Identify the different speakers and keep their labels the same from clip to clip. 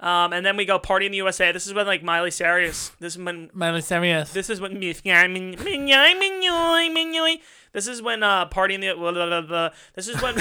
Speaker 1: Um, and then we go party in the USA. This is when like Miley Cyrus. This is when
Speaker 2: Miley Cyrus.
Speaker 1: this is when this is when uh party in the blah, blah, blah, blah. this is when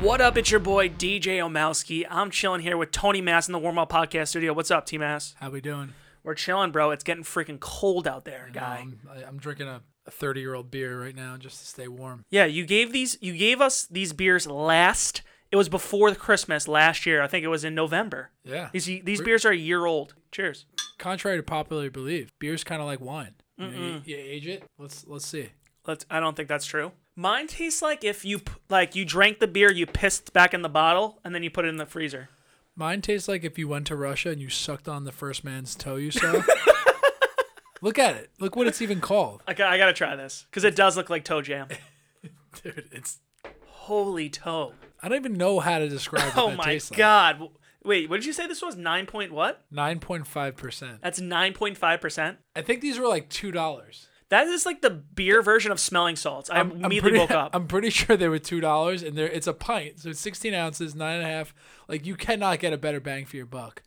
Speaker 1: What up? It's your boy DJ Omowski. I'm chilling here with Tony Mass in the Warm Up Podcast Studio. What's up, T Mass?
Speaker 2: How we doing?
Speaker 1: We're chilling, bro. It's getting freaking cold out there, guy.
Speaker 2: Um, I, I'm drinking a 30 year old beer right now just to stay warm.
Speaker 1: Yeah, you gave these you gave us these beers last. It was before Christmas last year. I think it was in November.
Speaker 2: Yeah.
Speaker 1: These these beers are a year old. Cheers.
Speaker 2: Contrary to popular belief, beer's kind of like wine. You, know, you- you age it. Let's let's see.
Speaker 1: Let's I don't think that's true. Mine tastes like if you p- like you drank the beer, you pissed back in the bottle and then you put it in the freezer.
Speaker 2: Mine tastes like if you went to Russia and you sucked on the first man's toe you saw. Look at it. Look what it's even called.
Speaker 1: I got, I got to try this cuz it does look like toe jam.
Speaker 2: Dude, it's.
Speaker 1: Holy toe.
Speaker 2: I don't even know how to describe what
Speaker 1: Oh
Speaker 2: that
Speaker 1: my
Speaker 2: tastes like.
Speaker 1: god. W- Wait, what did you say this was? 9 point what?
Speaker 2: 9.5%.
Speaker 1: That's 9.5%.
Speaker 2: I think these were like $2.
Speaker 1: That is like the beer version of smelling salts. I immediately
Speaker 2: pretty,
Speaker 1: woke up.
Speaker 2: I'm pretty sure they were two dollars, and they're it's a pint, so it's sixteen ounces, nine and a half. Like you cannot get a better bang for your buck.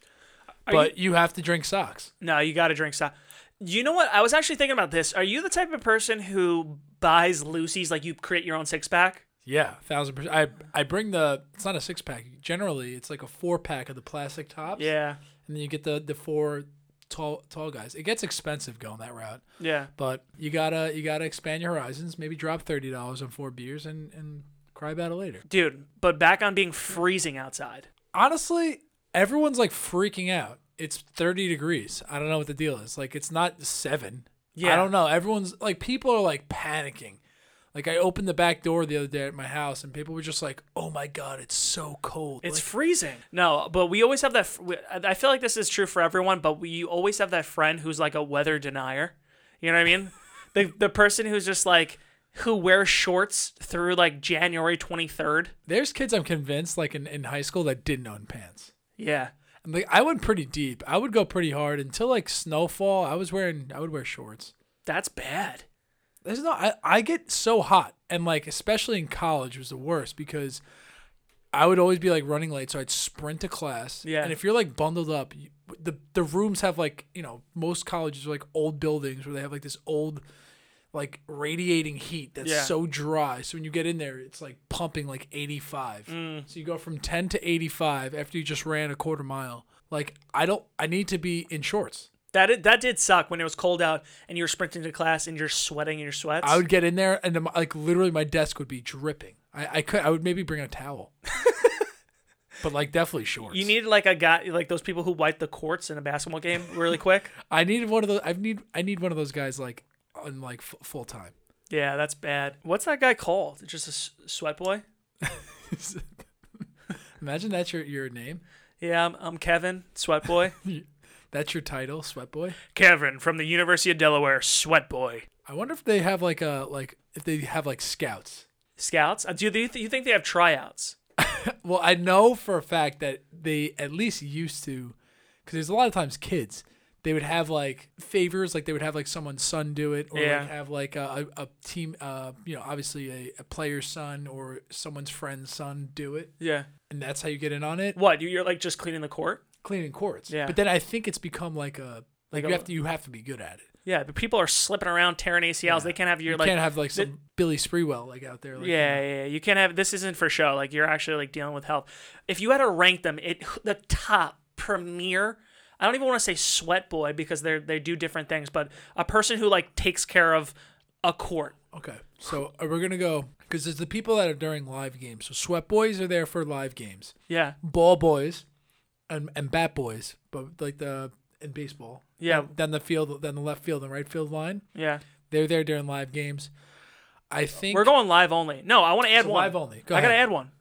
Speaker 2: but you, have to drink socks.
Speaker 1: No, you got to drink soda. You know what? I was actually thinking about this. Are you the type of person who buys Lucy's like you create your own six pack?
Speaker 2: Yeah, thousand percent. I I bring the it's not a six pack. Generally, it's like a four pack of the plastic tops.
Speaker 1: Yeah.
Speaker 2: and then you get the the four tall tall guys. It gets expensive going that route,
Speaker 1: Yeah.
Speaker 2: but you gotta you gotta expand your horizons. Maybe drop thirty dollars on four beers and and cry about it later.
Speaker 1: Dude, but back on being freezing outside.
Speaker 2: honestly, everyone's like freaking out. It's 30 degrees. I don't know what the deal is. Like, it's not seven.
Speaker 1: Yeah.
Speaker 2: I don't know. Everyone's like, people are like panicking. Like, I opened the back door the other day at my house, and people were just like, "Oh my god, it's so cold."
Speaker 1: It's
Speaker 2: Like,
Speaker 1: freezing. No, but we always have that. f- we- I I feel like this is true for everyone, but we, you always have that friend who's like a weather denier. You know what I mean? the the person who's just like who wears shorts through like January twenty third.
Speaker 2: there's kids I'm convinced like in, in high school that didn't own pants.
Speaker 1: Yeah.
Speaker 2: And like, I went pretty deep. I would go pretty hard until like snowfall. I was wearing I would wear shorts.
Speaker 1: That's bad.
Speaker 2: There's no I, I get so hot and like especially in college was the worst because I would always be like running late, so I'd sprint to class.
Speaker 1: Yeah.
Speaker 2: And if you're like bundled up, you, the the rooms have like you know most colleges are like old buildings where they have like this old like radiating heat that's
Speaker 1: Yeah.
Speaker 2: so dry. So when you get in there, it's like pumping like 85.
Speaker 1: Mm.
Speaker 2: So you go from 10 to 85 after you just ran a quarter mile. Like I don't I need to be in shorts.
Speaker 1: That it, that did suck when it was cold out and you were sprinting to class and you're sweating in your sweats.
Speaker 2: I would get in there and my- like literally my desk would be dripping. I, I could I would maybe bring a towel, but like definitely shorts.
Speaker 1: you need like a guy like those people who wipe the courts in a basketball game really quick.
Speaker 2: I needed one of those. I need I need one of those guys like on like f- full time.
Speaker 1: yeah, that's bad. What's that guy called? Just a s- sweat boy?
Speaker 2: Imagine that's your your name.
Speaker 1: Yeah, I'm, I'm Kevin, sweat boy.
Speaker 2: That's your title, sweat boy.
Speaker 1: Kevin from the University of Delaware, sweat boy.
Speaker 2: I wonder if they have like a like if they have like scouts.
Speaker 1: Scouts? Uh, Do you, th- you think they have tryouts?
Speaker 2: Well, I know for a fact that they at least used to, because there's a lot of times kids they would have like favors, like they would have like someone's son do it, or
Speaker 1: Yeah.
Speaker 2: like have like a, a a team, uh, you know, obviously a, a player's son or someone's friend's son do it,
Speaker 1: Yeah.
Speaker 2: and that's how you get in on it,
Speaker 1: What? You, you're like just cleaning the court?
Speaker 2: cleaning courts.
Speaker 1: Yeah.
Speaker 2: But then I think it's become like a
Speaker 1: Like
Speaker 2: like, you
Speaker 1: a-
Speaker 2: have to you have to be good at it.
Speaker 1: Yeah, but people are slipping around tearing ACLs. They can't have your
Speaker 2: You
Speaker 1: like.
Speaker 2: can't have like some Billy Spreewell like out there. Like,
Speaker 1: yeah, yeah, yeah, you can't have this. Isn't for show. Like you're actually like dealing with health. If you had to rank them, it the top premier. I don't even want to say sweat boy because they're they do different things, but a person who like takes care of a court.
Speaker 2: Okay, so uh, we're gonna go because it's the people that are during live games. So sweat boys are there for live games.
Speaker 1: Yeah,
Speaker 2: ball boys and and bat boys, but like the in baseball.
Speaker 1: Yeah.
Speaker 2: Then the field, then the left field and right field line.
Speaker 1: yeah,
Speaker 2: They're there during live games. I think
Speaker 1: We're going live only. No, I want to add
Speaker 2: So
Speaker 1: one.
Speaker 2: live only. Go
Speaker 1: I gotta
Speaker 2: ahead.
Speaker 1: add one.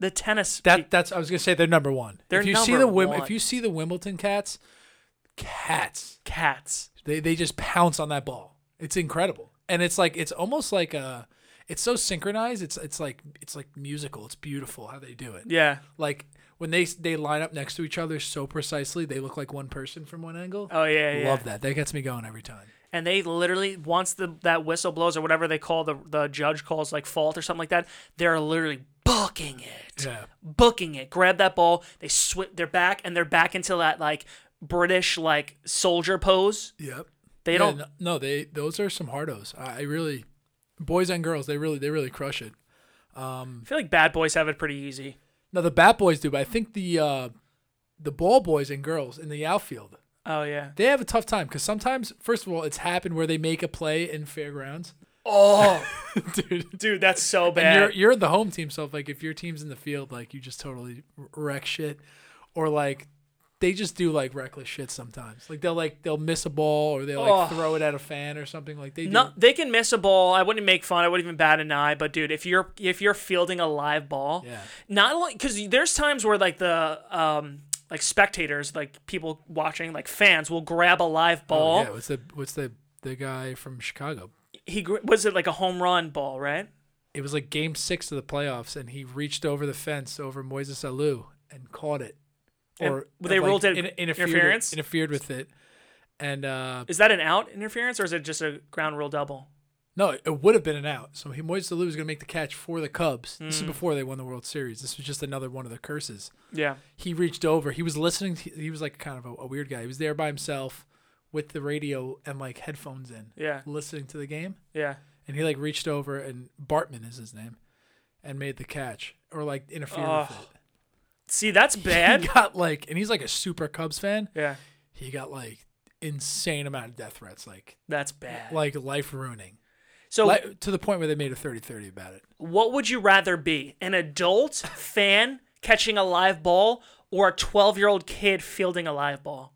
Speaker 1: The tennis.
Speaker 2: that that's I was gonna say they're number one.
Speaker 1: They're
Speaker 2: if you see
Speaker 1: number
Speaker 2: the Wim-
Speaker 1: one.
Speaker 2: if you see the Wimbledon cats, cats
Speaker 1: cats.
Speaker 2: they they just pounce on that ball. It's incredible, and it's like it's almost like a it's so synchronized. It's it's like it's like musical. It's beautiful how they do it.
Speaker 1: Yeah.
Speaker 2: Like when they they line up next to each other so precisely, they look like one person from one angle.
Speaker 1: Oh yeah. yeah, yeah.
Speaker 2: Love that. That gets me going every time.
Speaker 1: and they literally once the that whistle blows or whatever they call the the judge calls like fault or something like that, they're literally booking it,
Speaker 2: Yeah.
Speaker 1: booking it. Grab that ball, they swi they're back and they're back into that like British like soldier pose.
Speaker 2: Yep.
Speaker 1: They
Speaker 2: Yeah,
Speaker 1: don't.
Speaker 2: no, no, they those are some hardos. I, I really boys and girls, they really they really crush it.
Speaker 1: I feel like bad boys have it pretty easy.
Speaker 2: Now the bat boys do, but I think the uh the ball boys and girls in the outfield,
Speaker 1: Oh yeah.
Speaker 2: they have a tough time because sometimes, first of all, it's happened where they make a play in fairgrounds.
Speaker 1: Oh,
Speaker 2: Dude.
Speaker 1: dude, that's so
Speaker 2: And
Speaker 1: bad.
Speaker 2: you're you're the home team, so if like if your team's in the field, like you just totally wreck shit. Or like they just do like reckless shit sometimes. Like they'll like they'll miss a ball or they'll like
Speaker 1: Oh.
Speaker 2: throw it at a fan or something. Like they do
Speaker 1: No, they can miss a ball. I wouldn't make fun. I wouldn't even bat an eye. But dude, if you're if you're fielding a live ball,
Speaker 2: Yeah.
Speaker 1: not only because there's times where like the um like spectators, like people watching, like fans will grab a live ball.
Speaker 2: Oh, Yeah, what's the what's the the guy from Chicago?
Speaker 1: He gr- was it like a home run ball, right?
Speaker 2: It was like game six of the playoffs, and he reached over the fence over Moises Alou and caught it.
Speaker 1: And
Speaker 2: Or
Speaker 1: they
Speaker 2: like,
Speaker 1: ruled it interference?
Speaker 2: Interfered with it, and uh,
Speaker 1: Is that an out interference or is it just a ground rule double?
Speaker 2: no, it would have been an out. So he Moises Alou was going to make the catch for the Cubs. This
Speaker 1: Mm.
Speaker 2: is before they won the World Series. This was just another one of the curses.
Speaker 1: Yeah.
Speaker 2: He reached over. He was listening. To, he was like kind of a, a weird guy. He was there by himself with the radio and like headphones in,
Speaker 1: Yeah.
Speaker 2: listening to the game.
Speaker 1: Yeah.
Speaker 2: and he like reached over and Bartman is his name, and made the catch or like interfered with
Speaker 1: Ugh.
Speaker 2: it.
Speaker 1: See, that's bad.
Speaker 2: He got like, and he's like a super Cubs fan.
Speaker 1: yeah.
Speaker 2: He got like insane amount of death threats, like
Speaker 1: That's bad. Oh.
Speaker 2: like life ruining,
Speaker 1: so
Speaker 2: Li- to the point where they made a 30-30 about it.
Speaker 1: what would you rather be an adult fan catching a live ball or a 12 year old kid fielding a live ball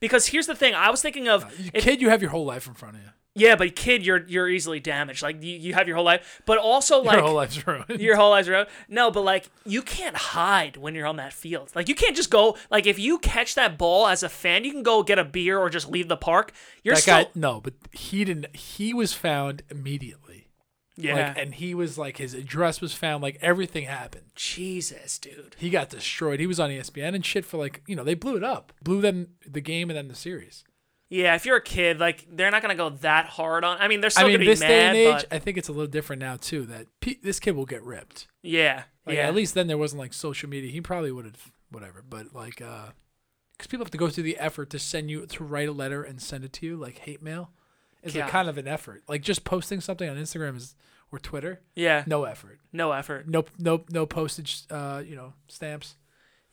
Speaker 1: because here's the thing i was thinking of if-
Speaker 2: Kid, you have your whole life in front of you.
Speaker 1: yeah but kid you're you're easily damaged like you, you have your whole life but also like
Speaker 2: your whole life's ruined.
Speaker 1: your whole life's around no but like you can't hide when you're on that field like you can't just go like if you catch that ball as a fan you can go get a beer or just leave the park you're
Speaker 2: that
Speaker 1: still
Speaker 2: guy, no, but he didn't. He was found immediately.
Speaker 1: yeah
Speaker 2: Like, and he was like his address was found. Like everything happened.
Speaker 1: jesus dude
Speaker 2: he got destroyed. He was on E ESPN and shit for like, you know, they blew it up. Blew them the game and then the series.
Speaker 1: yeah if you're a kid like they're not gonna go that hard on i mean they're still
Speaker 2: I mean,
Speaker 1: gonna be
Speaker 2: this
Speaker 1: mad
Speaker 2: day and age,
Speaker 1: but-
Speaker 2: I think it's a little different now too that pe- this kid will get ripped.
Speaker 1: Yeah.
Speaker 2: Like,
Speaker 1: yeah.
Speaker 2: At least then there wasn't like social media. He probably would have whatever, but like uh cuz people have to go through the effort to send you to write a letter and send it to you like hate mail is
Speaker 1: God.
Speaker 2: like kind of an effort. Like just posting something on Instagram is or Twitter,
Speaker 1: yeah. No,
Speaker 2: no effort.
Speaker 1: effort.
Speaker 2: No no no postage uh, you know, stamps.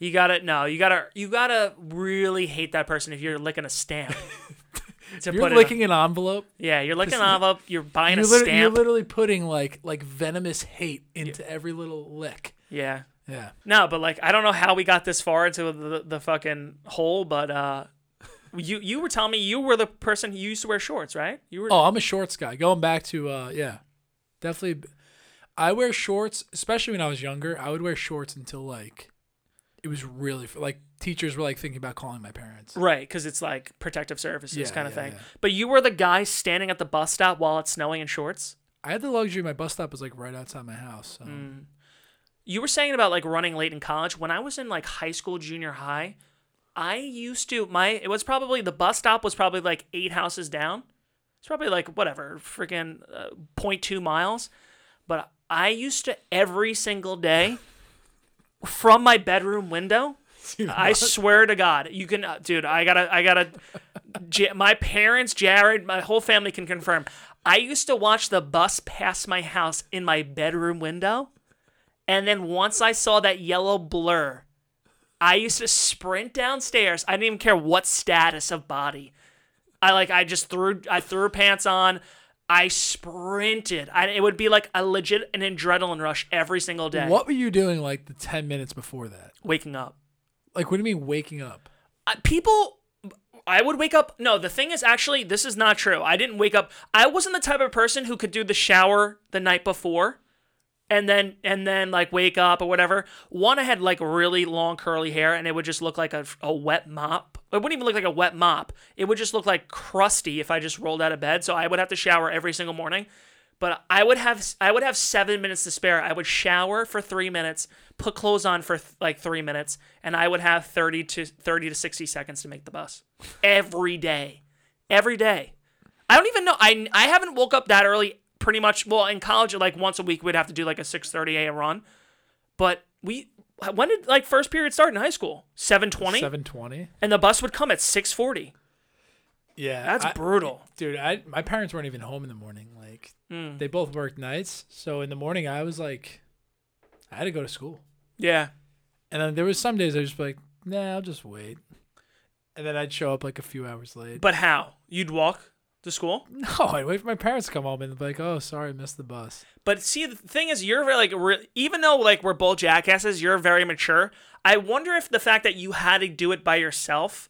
Speaker 1: You gotta no. You gotta you gotta really hate that person if you're licking a stamp. to
Speaker 2: You're
Speaker 1: put it-
Speaker 2: licking an envelope.
Speaker 1: yeah, you're licking an envelope. You're buying a
Speaker 2: you're, literally, you're
Speaker 1: stamp.
Speaker 2: literally putting like like venomous hate into every little lick.
Speaker 1: yeah.
Speaker 2: Yeah.
Speaker 1: No, but like I don't know how we got this far into the, the fucking hole, but uh, you you were telling me you were the person who used to wear shorts, right? You were.
Speaker 2: Oh, I'm a shorts guy. Going back to uh yeah. Definitely I wear shorts, especially when I was younger. I would wear shorts until like it was really like teachers were like thinking about calling my parents.
Speaker 1: Right, because it's like protective services
Speaker 2: Yeah,
Speaker 1: kind of
Speaker 2: yeah,
Speaker 1: thing.
Speaker 2: yeah.
Speaker 1: But you were the guy standing at the bus stop while it's snowing in shorts.
Speaker 2: I had the luxury my bus stop was like right outside my house. So
Speaker 1: you were saying about like running late in college when i was in like high school junior high i used to my it was probably the bus stop was probably like eight houses down it's probably like whatever freaking uh, 0.2 miles but i used to every single day from my bedroom window i swear to god you can uh, dude i gotta i gotta J- my parents jared my whole family can confirm i used to watch the bus pass my house in my bedroom window and then once I saw that yellow blur, I used to sprint downstairs. I didn't even care what status of body. I like I just threw I threw pants on. I sprinted. I, it would be like a legit an adrenaline rush every single day.
Speaker 2: What were you doing like the 10 minutes before that?
Speaker 1: Waking up.
Speaker 2: Like what do you mean waking up?
Speaker 1: I, people I would wake up. No, the thing is actually, this is not true. I didn't wake up. I wasn't the type of person who could do the shower the night before and then and then like wake up or whatever. One, I had like really long curly hair, and it would just look like a, a wet mop. It wouldn't even look like a wet mop. It would just look like crusty if I just rolled out of bed. So I would have to shower every single morning. But I would have I would have seven minutes to spare. I would shower for three minutes, put clothes on for th- like three minutes, and I would have thirty to thirty to sixty seconds to make the bus every day, every day. I don't even know. I I haven't woke up that early pretty much well in college like once a week we'd have to do like a 6:30 a.m. run. But we when did like first period start in high school? 7:20
Speaker 2: Seven twenty.
Speaker 1: and the bus would come at 6:40.
Speaker 2: Yeah,
Speaker 1: That's
Speaker 2: I-
Speaker 1: brutal.
Speaker 2: dude. I my parents weren't even home in the morning. Like they both worked nights, so in the morning I was like, I had to go to school.
Speaker 1: Yeah.
Speaker 2: And then there was some days I was just like, nah, I'll just wait. And then I'd show up like a few hours late.
Speaker 1: But how? You'd walk to school?
Speaker 2: no, I'd wait for my parents to come home and be like, oh, sorry, I missed the bus.
Speaker 1: But see, the thing is, you're like, re- even though like we're both jackasses, you're very mature. I wonder if the fact that you had to do it by yourself,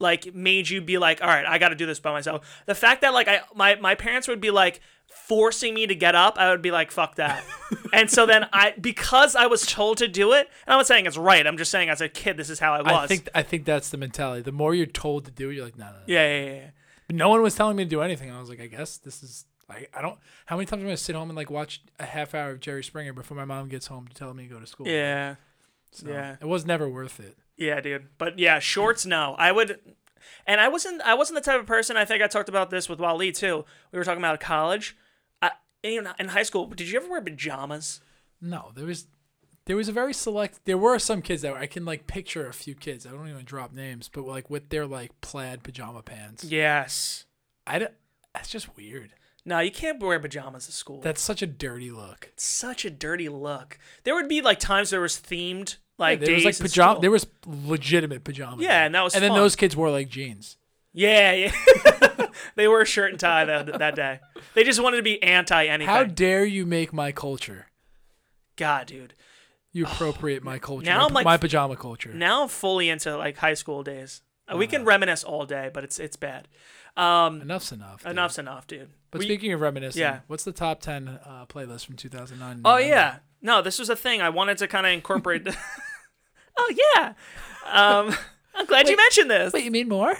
Speaker 1: like, made you be like, all right, I got to do this by myself. The fact that like I my my parents would be like forcing me to get up, I would be like, fuck that. and so then I because I was told to do it, and I'm not saying it's right. I'm just saying as a kid, this is how I was.
Speaker 2: I think I think that's the mentality. The more you're told to do it, you're like, no, no, no.
Speaker 1: yeah, yeah, yeah, yeah.
Speaker 2: But no one was telling me to do anything. I was like, I guess this is I, I don't how many times am I gonna sit home and like watch a half hour of Jerry Springer before my mom gets home to tell me to go to school.
Speaker 1: Yeah.
Speaker 2: So
Speaker 1: yeah.
Speaker 2: It was never worth it.
Speaker 1: Yeah, dude. But yeah, shorts. No, I would. And I wasn't. I wasn't the type of person. I think I talked about this with Wally too. We were talking about college. I, and even in high school, did you ever wear pajamas?
Speaker 2: No, there was there was a very select there were some kids that were, I can like picture a few kids. I don't even drop names, but like with their like plaid pajama pants.
Speaker 1: Yes.
Speaker 2: I don't, that's just weird.
Speaker 1: No, you can't wear pajamas to school.
Speaker 2: That's such a dirty look.
Speaker 1: That's such a dirty look. There would be like times there was themed like
Speaker 2: There
Speaker 1: days.
Speaker 2: was like
Speaker 1: in
Speaker 2: pajama
Speaker 1: school.
Speaker 2: there was legitimate pajamas.
Speaker 1: Yeah, and that was
Speaker 2: And
Speaker 1: fun.
Speaker 2: then those kids wore like jeans.
Speaker 1: yeah, yeah. they wore a shirt and tie that that day. They just wanted to be anti anything.
Speaker 2: How dare you make my culture?
Speaker 1: God, dude.
Speaker 2: You appropriate my culture.
Speaker 1: Now
Speaker 2: my,
Speaker 1: I'm like-
Speaker 2: my pajama culture.
Speaker 1: Now I'm fully into like high school days. Uh, we can reminisce all day, but it's it's bad. Um,
Speaker 2: Enough's enough. dude.
Speaker 1: enough's enough, dude.
Speaker 2: But
Speaker 1: We-
Speaker 2: speaking of reminiscing,
Speaker 1: yeah.
Speaker 2: what's the top ten uh, playlist from 2009?
Speaker 1: oh yeah, no, this was a thing I wanted to kind of incorporate. oh yeah, um, I'm glad you mentioned this.
Speaker 2: Wait, you mean more?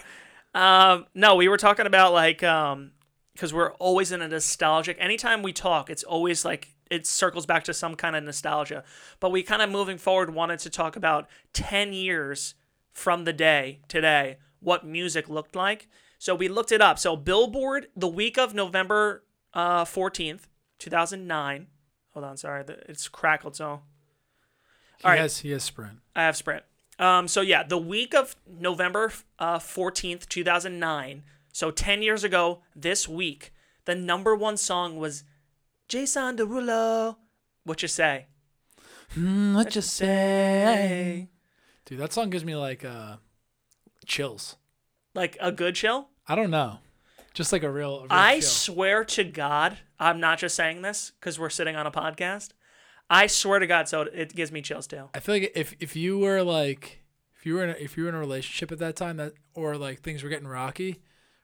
Speaker 1: Um, no, we were talking about like um, because we're always in a nostalgic. Anytime we talk, it's always like it circles back to some kind of nostalgia. But we kind of moving forward wanted to talk about ten years from the day today, what music looked like. So we looked it up. So Billboard, the week of November uh, fourteenth, two thousand nine. Hold on, sorry, the- it's crackled. So
Speaker 2: He
Speaker 1: All right.
Speaker 2: has he has Sprint.
Speaker 1: I have Sprint. Um, so yeah, the week of November uh, fourteenth, two thousand nine. So ten years ago, this week, the number one song was Jason Derulo. What you say?
Speaker 2: Mm, what you say? Dude, that song gives me like uh, chills.
Speaker 1: Like a good chill?
Speaker 2: I don't know, just like a real. A real
Speaker 1: I
Speaker 2: chill.
Speaker 1: swear to God, I'm not just saying this because we're sitting on a podcast. I swear to God, so it gives me chills too.
Speaker 2: I feel like if if you were like if you were in a, if you were in a relationship at that time that or like things were getting rocky,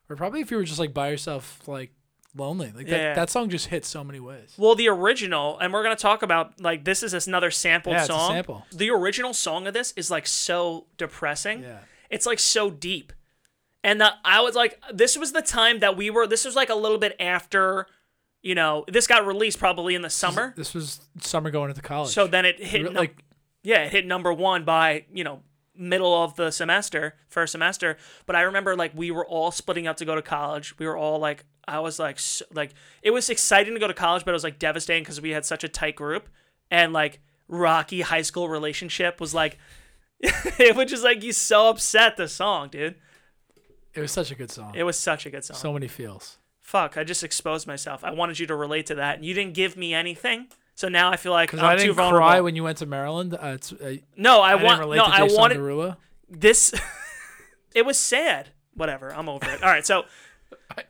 Speaker 2: or probably if you were just like by yourself like lonely like that,
Speaker 1: Yeah.
Speaker 2: that song just hits so many ways.
Speaker 1: Well, the original, and we're gonna talk about like this is another sampled
Speaker 2: Yeah, it's a
Speaker 1: song.
Speaker 2: sample.
Speaker 1: The original song of this is like so depressing.
Speaker 2: Yeah.
Speaker 1: It's like so deep. And the, I was like, this was the time that we were. This was like a little bit after, you know, this got released probably in the summer.
Speaker 2: This was summer going into college.
Speaker 1: So then it hit
Speaker 2: Re-
Speaker 1: like
Speaker 2: like
Speaker 1: yeah, it hit number one by you know middle of the semester, first semester. But I remember like we were all splitting up to go to college. We were all like, I was like, so, like it was exciting to go to college, but it was like devastating because we had such a tight group and like rocky high school relationship was like, it was just like you so upset the song, dude.
Speaker 2: it was such a good song.
Speaker 1: It was such a good song.
Speaker 2: so many feels.
Speaker 1: Fuck, I just exposed myself. I wanted you to relate to that, and you didn't give me anything. So now I feel like I'm
Speaker 2: I
Speaker 1: too
Speaker 2: didn't
Speaker 1: vulnerable.
Speaker 2: cry when you went to Maryland. Uh, it's, I,
Speaker 1: no, I,
Speaker 2: I
Speaker 1: want.
Speaker 2: didn't relate
Speaker 1: no,
Speaker 2: to
Speaker 1: I
Speaker 2: Jason
Speaker 1: wanted.
Speaker 2: Derulo.
Speaker 1: this it was sad whatever i'm over it all right so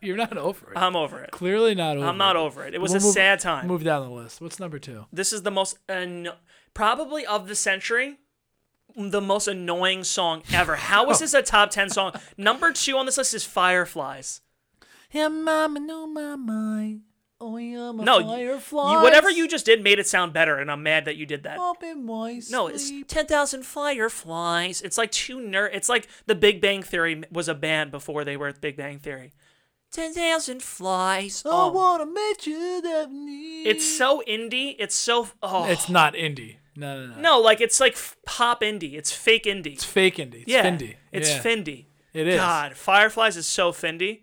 Speaker 2: You're not over it.
Speaker 1: i'm over it
Speaker 2: Clearly not over.
Speaker 1: Uh, i'm not
Speaker 2: it.
Speaker 1: over it it was
Speaker 2: We'll
Speaker 1: a
Speaker 2: move-
Speaker 1: sad time
Speaker 2: Move down the list. What's number two?
Speaker 1: this is the most uh, no- probably of the century the most annoying song ever. How
Speaker 2: Oh.
Speaker 1: is this a top 10 song? Number two on this list is Fireflies.
Speaker 2: Yeah, mama, no, mama. Oh, yeah, my
Speaker 1: No, you- you,
Speaker 2: fireflies.
Speaker 1: whatever you just did made it sound better, and I'm mad that you did that.
Speaker 2: Up in my
Speaker 1: No, it's 10,000 Fireflies. It's like two nerd. It's like the Big Bang Theory was a band before they were Big Bang Theory. 10,000 Flies. Oh,
Speaker 2: wanna meet you that need.
Speaker 1: It's so indie. It's so. Oh.
Speaker 2: It's not indie. No, no, no.
Speaker 1: no, like it's like f- pop indie. It's fake indie.
Speaker 2: It's fake indie. It's
Speaker 1: yeah.
Speaker 2: Fendi.
Speaker 1: It's
Speaker 2: yeah.
Speaker 1: Fendi.
Speaker 2: It is.
Speaker 1: God, Fireflies is so Fendi.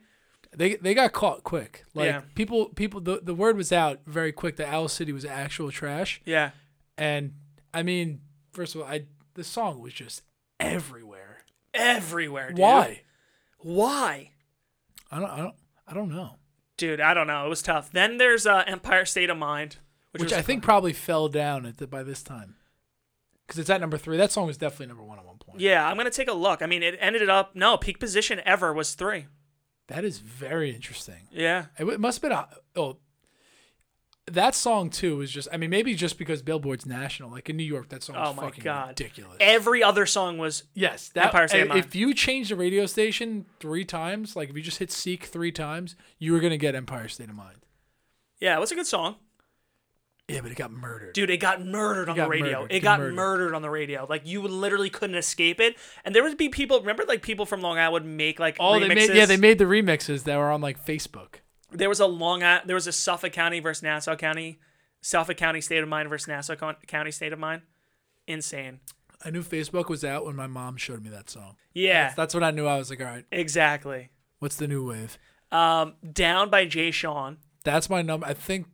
Speaker 2: They they got caught quick. Like
Speaker 1: Yeah.
Speaker 2: people people the, the word was out very quick that Owl City was actual trash.
Speaker 1: Yeah.
Speaker 2: And I mean, first of all, I the song was just everywhere.
Speaker 1: Everywhere, dude.
Speaker 2: Why?
Speaker 1: Why?
Speaker 2: I don't I don't I don't know.
Speaker 1: Dude, I don't know. It was tough. Then there's uh, Empire State of Mind, which,
Speaker 2: Which,
Speaker 1: was
Speaker 2: I think probably fell down at the, by this time. Cuz it's at number 3. That song was definitely number 1 at one point.
Speaker 1: Yeah, I'm gonna take a look. I mean, it ended up no peak position ever was three.
Speaker 2: That is very interesting.
Speaker 1: Yeah,
Speaker 2: It, w- it must have been a, oh, that song too was just. I mean, maybe just because Billboard's national, like in New York, that song
Speaker 1: Oh
Speaker 2: was
Speaker 1: my
Speaker 2: fucking
Speaker 1: God.
Speaker 2: ridiculous.
Speaker 1: every other song was
Speaker 2: yes, that
Speaker 1: Empire State of
Speaker 2: i-
Speaker 1: Mind.
Speaker 2: If you change the radio station three times, like if you just hit "Seek" three times, you were gonna get Empire State of Mind.
Speaker 1: yeah, it was a good song,
Speaker 2: Yeah, but it got murdered.
Speaker 1: dude. It got murdered on the
Speaker 2: got
Speaker 1: radio.
Speaker 2: murdered.
Speaker 1: It
Speaker 2: It
Speaker 1: got murdered.
Speaker 2: murdered.
Speaker 1: on the radio. Like you literally couldn't escape it. And there would be people. Remember, like people from Long Island would make like
Speaker 2: oh,
Speaker 1: remixes.
Speaker 2: they made yeah, they made the remixes that were on like Facebook.
Speaker 1: there was a long Island, there was a Suffolk County versus Nassau County, Suffolk County state of mind versus Nassau Con- County state of mind. Insane.
Speaker 2: I knew Facebook was out when my mom showed me that song.
Speaker 1: Yeah,
Speaker 2: That's, that's when I knew I was like, all right,
Speaker 1: exactly.
Speaker 2: what's the new wave?
Speaker 1: Um, down by Jay Sean.
Speaker 2: that's my number. I think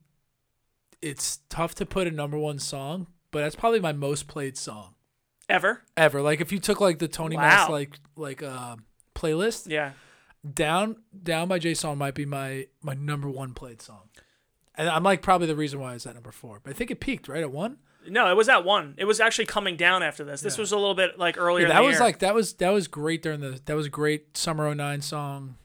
Speaker 2: it's tough to put a number one song, but that's probably my most played song
Speaker 1: Ever?
Speaker 2: ever. Like if you took like the Tony
Speaker 1: Wow.
Speaker 2: Mass like like uh, playlist,
Speaker 1: Yeah.
Speaker 2: down down by J Song might be my my number one played song, and I'm like probably the reason why it's at number four. But I think it peaked right at one.
Speaker 1: No, it was at one. It was actually coming down after this. This was a little bit like earlier.
Speaker 2: Yeah,
Speaker 1: in
Speaker 2: that
Speaker 1: the
Speaker 2: was
Speaker 1: year.
Speaker 2: like that was that was great during the that was a great summer 09 song.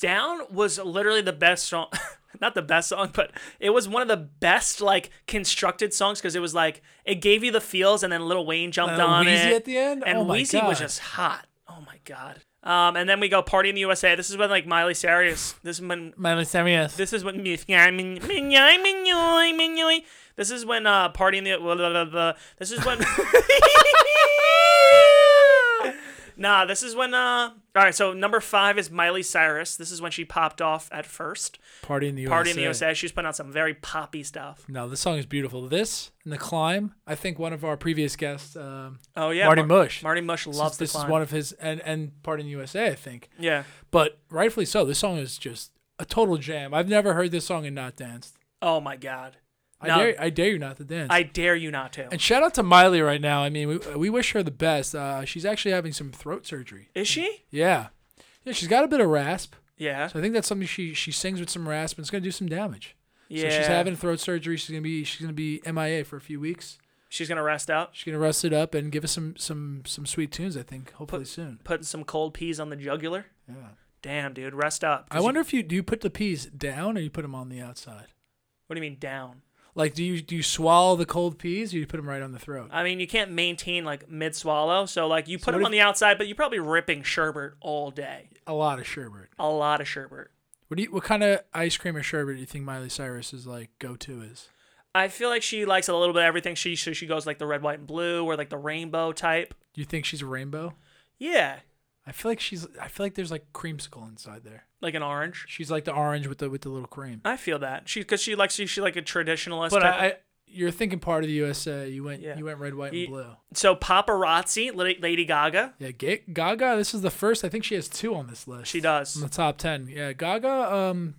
Speaker 1: down was literally the best song. Not the best song, but it was one of the best like constructed songs because it was like it gave you the feels, and then Lil Wayne jumped
Speaker 2: And
Speaker 1: on
Speaker 2: Wheezy
Speaker 1: it
Speaker 2: at the end?
Speaker 1: and
Speaker 2: Oh my
Speaker 1: Wheezy was
Speaker 2: God.
Speaker 1: just hot. Oh my god. Um, and then we go party in the USA. This is when like Miley Cyrus. This is when
Speaker 2: Miley Cyrus.
Speaker 1: This is when This is when uh party in the blah, blah, blah, blah. This is when Nah, this is when uh all right, so number 5 is Miley Cyrus. This is when she popped off at first.
Speaker 2: Party in the USA.
Speaker 1: Party in the USA. She's putting out some very poppy stuff.
Speaker 2: No, this song is beautiful. This and the climb. I think one of our previous guests, um,
Speaker 1: Oh yeah.
Speaker 2: Marty
Speaker 1: Mar-
Speaker 2: Mush.
Speaker 1: Marty Mush loves
Speaker 2: this
Speaker 1: the climb.
Speaker 2: is one of his and and part in USA, I think.
Speaker 1: yeah.
Speaker 2: But rightfully so, this song is just a total jam. I've never heard this song and not danced.
Speaker 1: Oh my god.
Speaker 2: I
Speaker 1: No.
Speaker 2: dare I dare you not to dance.
Speaker 1: I dare you not to.
Speaker 2: and shout out to Miley right now. I mean, we we wish her the best. Uh, she's actually having some throat surgery.
Speaker 1: Is she?
Speaker 2: Yeah, yeah, she's got a bit of rasp.
Speaker 1: Yeah.
Speaker 2: So I think that's something she she sings with some rasp, and it's gonna do some damage.
Speaker 1: Yeah.
Speaker 2: So she's having throat surgery. She's gonna be she's gonna be MIA for a few weeks.
Speaker 1: She's going to rest out.
Speaker 2: She's gonna rust it up and give us some some some sweet tunes. I think hopefully soon.
Speaker 1: Putting some cold peas on the jugular.
Speaker 2: Yeah.
Speaker 1: Damn, dude, rest up.
Speaker 2: I wonder if you do you put the peas down or you put them on the outside.
Speaker 1: What do you mean down?
Speaker 2: Like do you do you swallow the cold peas or you put them right on the throat?
Speaker 1: I mean, you can't maintain like mid swallow. So like you put
Speaker 2: what
Speaker 1: them
Speaker 2: if-
Speaker 1: on the outside, but you're probably ripping sherbet all day.
Speaker 2: A lot of sherbet.
Speaker 1: A lot of sherbet.
Speaker 2: What do you what kind of ice cream or sherbet do you think Miley Cyrus's like go to is?
Speaker 1: I feel like she likes a little bit of everything. She so she goes like the red, white, and blue, or like the rainbow type.
Speaker 2: Do you think she's a rainbow?
Speaker 1: Yeah,
Speaker 2: I feel like she's I feel like there's like creamsicle inside there.
Speaker 1: like an orange.
Speaker 2: She's like the orange with the with the little cream.
Speaker 1: I feel that she because she likes she, she like a traditionalist.
Speaker 2: But
Speaker 1: type.
Speaker 2: I, I you're thinking part of the USA. You went
Speaker 1: Yeah.
Speaker 2: you went red, white,
Speaker 1: You-
Speaker 2: and blue.
Speaker 1: so paparazzi, La- Lady Gaga.
Speaker 2: Yeah, Ga- Gaga. This is the first. I think she has two on this list.
Speaker 1: She
Speaker 2: in
Speaker 1: does
Speaker 2: the top 10. Yeah, Gaga um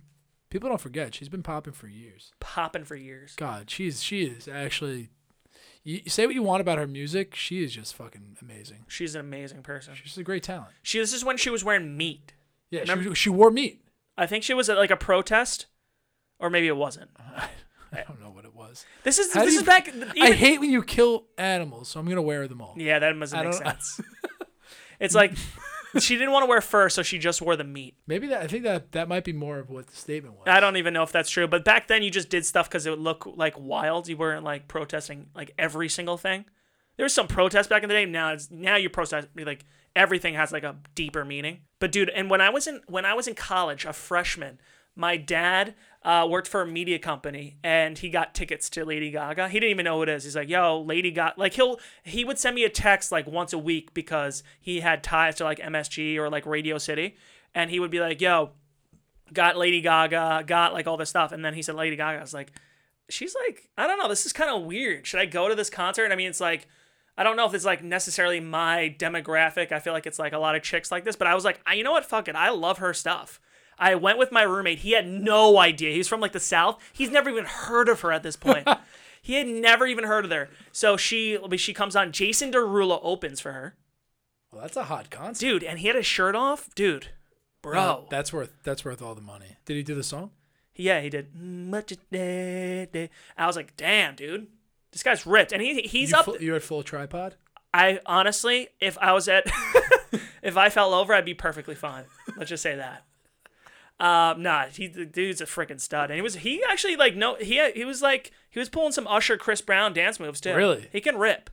Speaker 2: people don't forget she's been popping for years.
Speaker 1: popping for years.
Speaker 2: God, she's she is actually you, you say what you want about her music, she is just fucking amazing.
Speaker 1: She's an amazing person.
Speaker 2: She's a great talent.
Speaker 1: She this is when she was wearing meat.
Speaker 2: Yeah, she,
Speaker 1: Remember-
Speaker 2: was- she wore meat.
Speaker 1: I think she was at like a protest, or maybe it wasn't.
Speaker 2: I don't know what it was.
Speaker 1: This is
Speaker 2: How do
Speaker 1: this
Speaker 2: you-
Speaker 1: is back.
Speaker 2: I
Speaker 1: even-
Speaker 2: hate when you kill animals, so I'm going to wear them all.
Speaker 1: Yeah, that doesn't
Speaker 2: I
Speaker 1: make
Speaker 2: don't-
Speaker 1: sense. it's like she didn't want to wear fur, so she just wore the meat.
Speaker 2: Maybe that I think that that might be more of what the statement was.
Speaker 1: I don't even know if that's true, but back then you just did stuff because it would look like wild. You weren't like protesting like every single thing. There was some protest back in the day. Now it's now you protest like everything has like a deeper meaning. But dude, and when I was in when I was in college, a freshman, my dad uh, worked for a media company and he got tickets to Lady Gaga. He didn't even know who it is. He's like, yo, Lady Gaga. Like he'll he would send me a text like once a week because he had ties to like MSG or like Radio City, and he would be like, yo, got Lady Gaga, got like all this stuff, and then he said Lady Gaga. I was like, she's like, I don't know, this is kind of weird. Should I go to this concert? I mean, it's like. I don't know if it's like necessarily my demographic. I feel like it's like a lot of chicks like this, but I was like, I, you know what? Fuck it. I love her stuff. I went with my roommate. He had no idea. He's from like the South. He's never even heard of her at this point. he had never even heard of her. So she she comes on. Jason Derulo opens for her,
Speaker 2: Well, that's a hot concept.
Speaker 1: dude, and he had his shirt off, dude, bro.
Speaker 2: No, that's worth that's worth all the money. Did he do the song?
Speaker 1: yeah, he did. Much a day, day. I was like, damn, dude, this guy's ripped, and he he's
Speaker 2: you
Speaker 1: up.
Speaker 2: fu- you had full tripod.
Speaker 1: I honestly, if I was at, if I fell over, I'd be perfectly fine. Let's just say that. Um, nah, he the dude's a freaking stud, and he was he actually like no he he was like he was pulling some Usher Chris Brown dance moves too.
Speaker 2: Really?
Speaker 1: he can rip.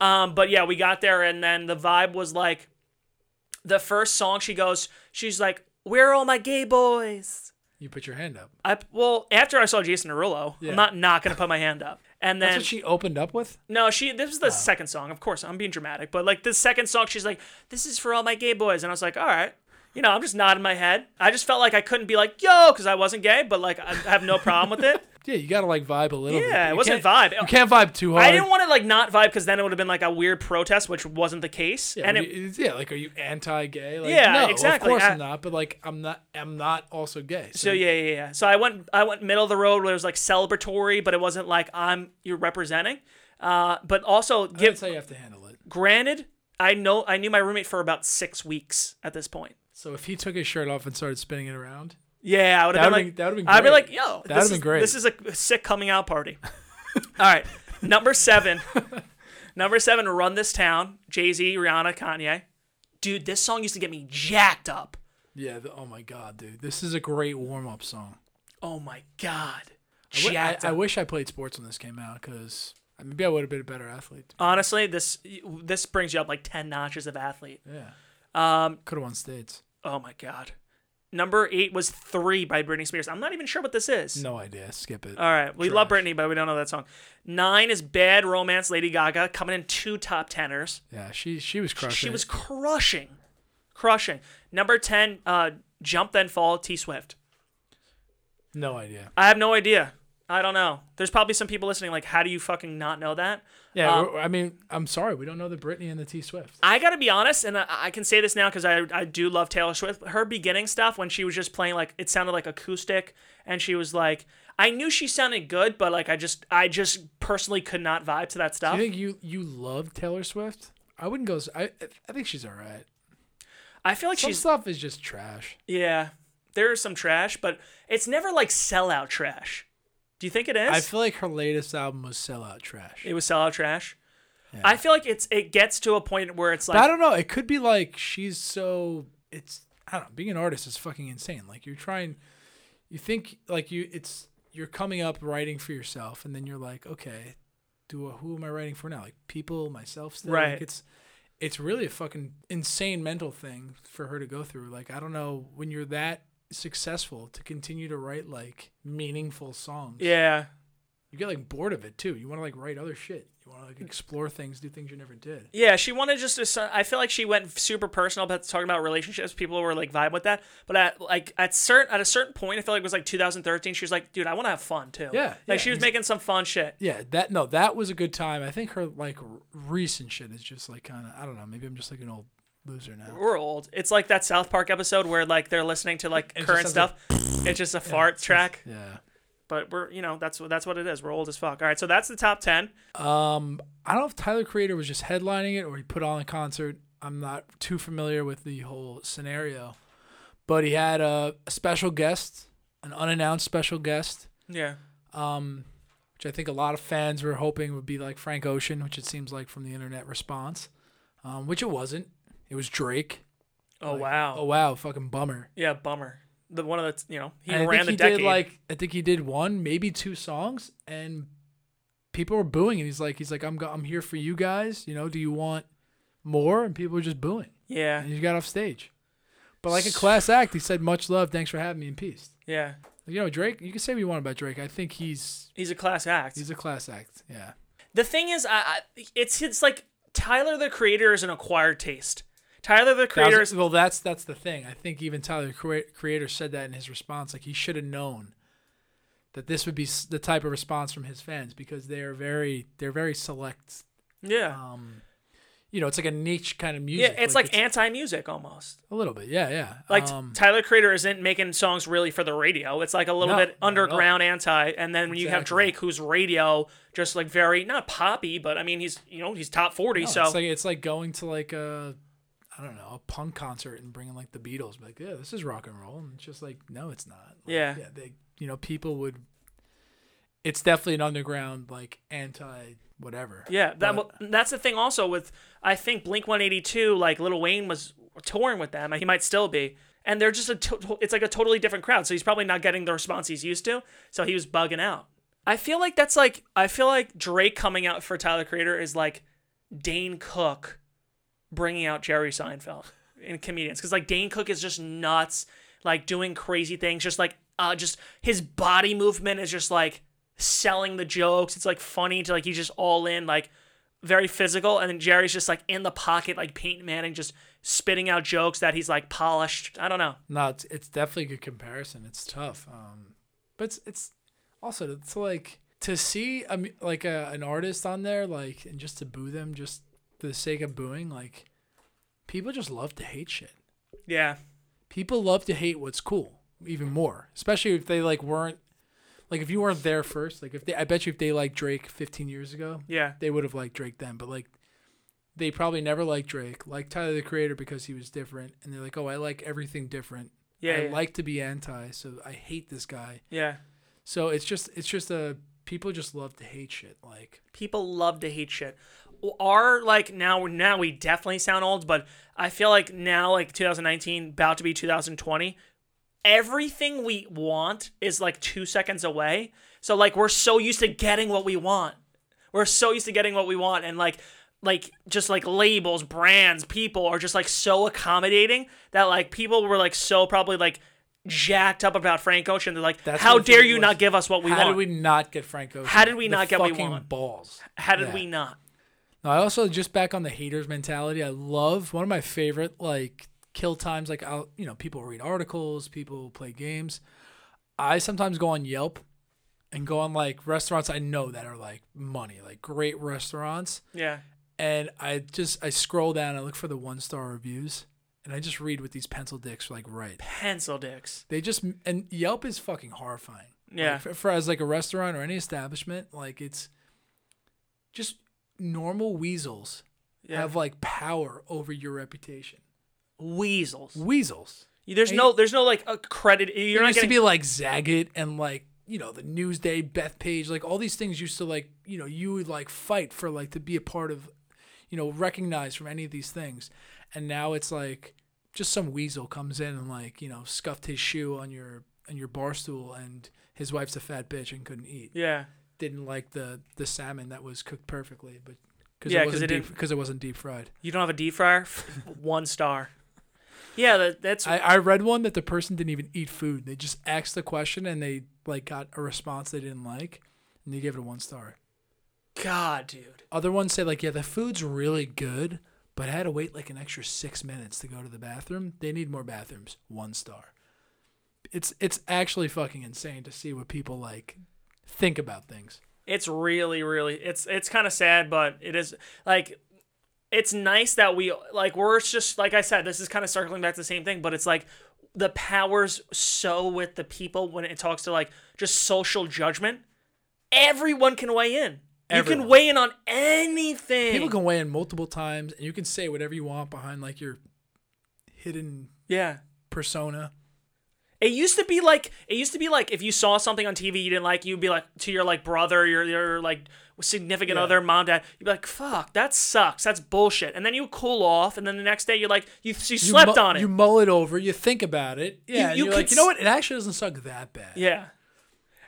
Speaker 1: Um, but yeah, we got there, and then the vibe was like, the first song she goes, she's like, "Where are all my gay boys?"
Speaker 2: You put your hand up.
Speaker 1: I well after I saw Jason Derulo,
Speaker 2: Yeah.
Speaker 1: I'm not not gonna put my hand up. And then
Speaker 2: That's what she opened up with.
Speaker 1: no, she. This was the second song. Of course, I'm being dramatic, but like the second song, she's like, "This is for all my gay boys," and I was like, "All right." You know, I'm just nodding my head. I just felt like I couldn't be like, "Yo," because I wasn't gay, but like I I have no problem with it.
Speaker 2: Yeah, you gotta like vibe a little. bit.
Speaker 1: Yeah, it
Speaker 2: You
Speaker 1: wasn't
Speaker 2: can't-
Speaker 1: vibe.
Speaker 2: You can't vibe too hard.
Speaker 1: I didn't want to like not vibe because then it would have been like a weird protest, which wasn't the case.
Speaker 2: Yeah,
Speaker 1: and
Speaker 2: what
Speaker 1: it,
Speaker 2: do you- yeah, like are you anti-gay? Like,
Speaker 1: Yeah,
Speaker 2: no,
Speaker 1: exactly.
Speaker 2: Of course
Speaker 1: I-
Speaker 2: I, am not, but like I'm not. I'm not also gay. So,
Speaker 1: so yeah, yeah, yeah. So I went, I went middle of the road where it was like celebratory, but it wasn't like I'm you're representing. Uh, but also give
Speaker 2: that's how you have to handle it.
Speaker 1: granted, I know I knew my roommate for about six weeks at this point.
Speaker 2: So if he took his shirt off and started spinning it around,
Speaker 1: Yeah, I would have been
Speaker 2: That
Speaker 1: like,
Speaker 2: would've been- that would've been
Speaker 1: I'd be
Speaker 2: great.
Speaker 1: like, yo, this
Speaker 2: That would've been
Speaker 1: is-
Speaker 2: great.
Speaker 1: This is a sick coming out party. All right, number seven, number seven, run this town. Jay Z, Rihanna, Kanye. Dude, this song used to get me jacked up.
Speaker 2: yeah. The, oh my god, dude, this is a great warm-up song.
Speaker 1: Oh my god,
Speaker 2: I wi- I,
Speaker 1: jacked
Speaker 2: I
Speaker 1: up.
Speaker 2: wish I played sports when this came out because maybe I would have been a better athlete.
Speaker 1: Honestly, this this brings you up like ten notches of athlete.
Speaker 2: Yeah. Um, could have won states.
Speaker 1: Oh my god. Number eight was three by Britney Spears. I'm not even sure what this is.
Speaker 2: No idea. Skip it.
Speaker 1: All right, we love
Speaker 2: Trash.
Speaker 1: Britney, but we don't know that song. Nine is Bad Romance, Lady Gaga, coming in two top teners.
Speaker 2: Yeah, she she was crushing.
Speaker 1: She
Speaker 2: it.
Speaker 1: was crushing, crushing. Number ten, uh, Jump Then Fall, T Swift.
Speaker 2: no idea.
Speaker 1: I have no idea. I don't know. There's probably some people listening like, how do you fucking not know that?
Speaker 2: Yeah,
Speaker 1: Um,
Speaker 2: we're- I mean, I'm sorry, we don't know the Britney and the T Swift.
Speaker 1: I gotta be honest, and I, I can say this now because I I do love Taylor Swift. Her beginning stuff when she was just playing like it sounded like acoustic, and she was like, I knew she sounded good, but like I just I just personally could not vibe to that stuff.
Speaker 2: You think you you love Taylor Swift? I wouldn't go. s- I I think she's all right.
Speaker 1: I feel like
Speaker 2: Some
Speaker 1: she's
Speaker 2: stuff is just trash.
Speaker 1: Yeah, there is some trash, but it's never like sellout trash. Do you think it is?
Speaker 2: I feel like her latest album was sellout trash.
Speaker 1: it was sellout trash. I feel like it's it gets to a point where it's
Speaker 2: But I
Speaker 1: like
Speaker 2: don't know. It could be like she's so. It's I don't know. Being an artist is fucking insane. Like you're trying, you think like you it's you're coming up writing for yourself, and then you're like, okay, do a, who am I writing for now? Like people, myself, still.
Speaker 1: Right.
Speaker 2: Like it's it's really a fucking insane mental thing for her to go through. Like I don't know when you're that successful to continue to write like meaningful songs.
Speaker 1: yeah.
Speaker 2: You get like bored of it too. You want to like write other shit. You want to like explore things, do things you never did.
Speaker 1: Yeah, she wanted just to. so- I feel like she went super personal about talking about relationships. People were like vibe with that, but at like at certain at a certain point, I feel like it was like 2013. She was like, "Dude, I want to have fun too."
Speaker 2: Yeah,
Speaker 1: like
Speaker 2: yeah,
Speaker 1: she was
Speaker 2: ex-
Speaker 1: making some fun shit.
Speaker 2: Yeah, that no, that was a good time. I think her like r- recent shit is just like kind of I don't know. Maybe I'm just like an old loser now.
Speaker 1: We're old. It's like that South Park episode where like they're listening to like
Speaker 2: just
Speaker 1: current
Speaker 2: sounds
Speaker 1: stuff. it's just a fart track,
Speaker 2: Yeah.
Speaker 1: but we're you know that's that's what it is. We're old as fuck. All right, so that's the top ten.
Speaker 2: Um, I don't know if Tyler Creator was just headlining it or he put on a concert. I'm not too familiar with the whole scenario, but he had a, a special guest, an unannounced special guest,
Speaker 1: Yeah.
Speaker 2: um, which I think a lot of fans were hoping would be like Frank Ocean, which it seems like from the internet response, um, which it wasn't. It was Drake.
Speaker 1: Oh wow.
Speaker 2: Oh wow, fucking bummer.
Speaker 1: Yeah, bummer. The one of the you know he
Speaker 2: And I
Speaker 1: ran
Speaker 2: think
Speaker 1: the
Speaker 2: he
Speaker 1: decade.
Speaker 2: did like I think he did one, maybe two songs, and people were booing, and he's like, he's like, I'm go- I'm here for you guys. You know, do you want more? And people were just booing,
Speaker 1: Yeah.
Speaker 2: and he got off stage. But like a class act, he said, "Much love, thanks for having me in peace."
Speaker 1: Yeah.
Speaker 2: You know, Drake. You can say what you want about Drake. I think he's
Speaker 1: He's a class act.
Speaker 2: he's a class act. Yeah.
Speaker 1: The thing is, I, I it's it's like Tyler the Creator is an acquired taste. Tyler the
Speaker 2: That was-
Speaker 1: Creator is
Speaker 2: well, that's that's the thing. I think even Tyler the Crea- Creator said that in his response. Like he should have known that this would be s- the type of response from his fans because they are very they're very select.
Speaker 1: yeah
Speaker 2: Um, you know, it's like a niche kind of
Speaker 1: yeah.
Speaker 2: music.
Speaker 1: It's like anti music almost.
Speaker 2: a little bit. Yeah, yeah.
Speaker 1: Like
Speaker 2: um,
Speaker 1: Tyler Creator isn't making songs really for the radio. It's like a little
Speaker 2: No, not
Speaker 1: bit
Speaker 2: at all.
Speaker 1: underground anti. And then when you have
Speaker 2: Exactly.
Speaker 1: Drake, who's radio, just like very not poppy, but I mean he's you know he's top forty.
Speaker 2: no,
Speaker 1: so
Speaker 2: it's like it's like going to like a I don't know a punk concert and bringing like the Beatles. Like yeah, this is rock and roll. And it's just like no, it's not. Like,
Speaker 1: Yeah.
Speaker 2: Yeah. They you know people would. It's definitely an underground like anti whatever.
Speaker 1: Yeah, that,
Speaker 2: But-
Speaker 1: well, that's the thing. Also, with I think Blink One Eighty Two, like Lil Wayne was touring with them, and he might still be. And they're just a to- it's like a totally different crowd, so he's probably not getting the response he's used to. So he was bugging out. I feel like that's like I feel like Drake coming out for Tyler Creator is like Dane Cook bringing out Jerry Seinfeld in comedians because like Dane Cook is just nuts, like doing crazy things, just like uh, just his body movement is just like selling the jokes. It's like funny to like he's just all in, like very physical, and then Jerry's just like in the pocket, like Peyton Manning, just spitting out jokes that he's like polished. I don't know.
Speaker 2: No, it's, it's definitely a good comparison. It's tough, um, but it's, it's also to, to like to see a, mu- like a, an artist on there like and just to boo them just for the sake of booing. Like people just love to hate shit.
Speaker 1: Yeah,
Speaker 2: People love to hate what's cool even more, especially if they like weren't like if you weren't there first. Like if they, I bet you if they liked Drake 15 years ago,
Speaker 1: yeah,
Speaker 2: they would have liked Drake then, but like they probably never liked Drake, like Tyler the Creator because he was different, and they're like, oh, I like everything different.
Speaker 1: Yeah,
Speaker 2: I
Speaker 1: yeah.
Speaker 2: like to be anti, so I hate this guy.
Speaker 1: yeah.
Speaker 2: So it's just it's just a people just love to hate shit. Like
Speaker 1: People love to hate shit. Are like now now we definitely sound old, but I feel like now like 2019, about to be 2020. Everything we want is like two seconds away. So like we're so used to getting what we want. We're so used to getting what we want and like like just like labels, brands, people are just like so accommodating that like people were like so probably like jacked up about Frank Ocean. They're like,
Speaker 2: That's
Speaker 1: how
Speaker 2: what I think
Speaker 1: dare
Speaker 2: it
Speaker 1: you
Speaker 2: was.
Speaker 1: not give us what we
Speaker 2: how
Speaker 1: want?
Speaker 2: did we not get Frank Ocean?
Speaker 1: How did we
Speaker 2: The
Speaker 1: not get what we
Speaker 2: fucking
Speaker 1: want?
Speaker 2: Balls.
Speaker 1: how did
Speaker 2: Yeah.
Speaker 1: we not?
Speaker 2: No, I also just back on the haters mentality. I love one of my favorite like kill times. Like I'll you know people read articles, people play games. I sometimes go on Yelp and go on like restaurants I know that are like money, like great restaurants,
Speaker 1: Yeah.
Speaker 2: and I just I scroll down, I look for the one star reviews, and I just read with these pencil dicks like right.
Speaker 1: Pencil dicks.
Speaker 2: They just and Yelp is fucking horrifying.
Speaker 1: Yeah.
Speaker 2: Like, for, for as like a restaurant or any establishment, like it's just normal weasels
Speaker 1: Yeah.
Speaker 2: have like power over your reputation.
Speaker 1: weasels.
Speaker 2: Weasels.
Speaker 1: There's
Speaker 2: Hey.
Speaker 1: no, there's no like a credit. You're
Speaker 2: It
Speaker 1: not
Speaker 2: used
Speaker 1: getting.
Speaker 2: to be like Zagat and like you know the Newsday, Beth Page, like all these things used to like you know you would like fight for like to be a part of, you know recognized from any of these things, and now it's like just some weasel comes in and like you know scuffed his shoe on your on your bar stool and his wife's a fat bitch and couldn't eat.
Speaker 1: yeah,
Speaker 2: Didn't like the the salmon that was cooked perfectly, but because
Speaker 1: Yeah,
Speaker 2: it
Speaker 1: 'cause
Speaker 2: wasn't
Speaker 1: it
Speaker 2: deep
Speaker 1: didn't-
Speaker 2: because it wasn't deep fried.
Speaker 1: you don't have a deep fryer. One star. Yeah, that, that's
Speaker 2: I, I read one that the person didn't even eat food. They just asked the question and they like got a response they didn't like, and they gave it a one star.
Speaker 1: God, dude.
Speaker 2: Other ones say like, yeah, the food's really good, but I had to wait like an extra six minutes to go to the bathroom. They need more bathrooms. One star. It's it's actually fucking insane to see what people like think about things.
Speaker 1: It's really, really. It's it's kind of sad, but it is like, it's nice that we like we're just like I said. This is kind of circling back to the same thing, but it's like the powers so with the people when it talks to like just social judgment. Everyone can weigh in. You
Speaker 2: Everyone.
Speaker 1: can weigh in on anything.
Speaker 2: People can weigh in multiple times, and you can say whatever you want behind like your hidden
Speaker 1: yeah.
Speaker 2: persona.
Speaker 1: It used to be like it used to be like if you saw something on TV you didn't like, you'd be like to your like brother, your your like significant
Speaker 2: Yeah.
Speaker 1: other, mom, dad. You'd be like, "Fuck, that sucks. That's bullshit." And then you cool off, and then the next day you're like, "You you
Speaker 2: You
Speaker 1: slept
Speaker 2: mu-
Speaker 1: on it."
Speaker 2: You mull it over. You think about it. Yeah.
Speaker 1: you
Speaker 2: You, you are
Speaker 1: could
Speaker 2: like, you know
Speaker 1: s-
Speaker 2: what? It actually doesn't suck that bad.
Speaker 1: yeah.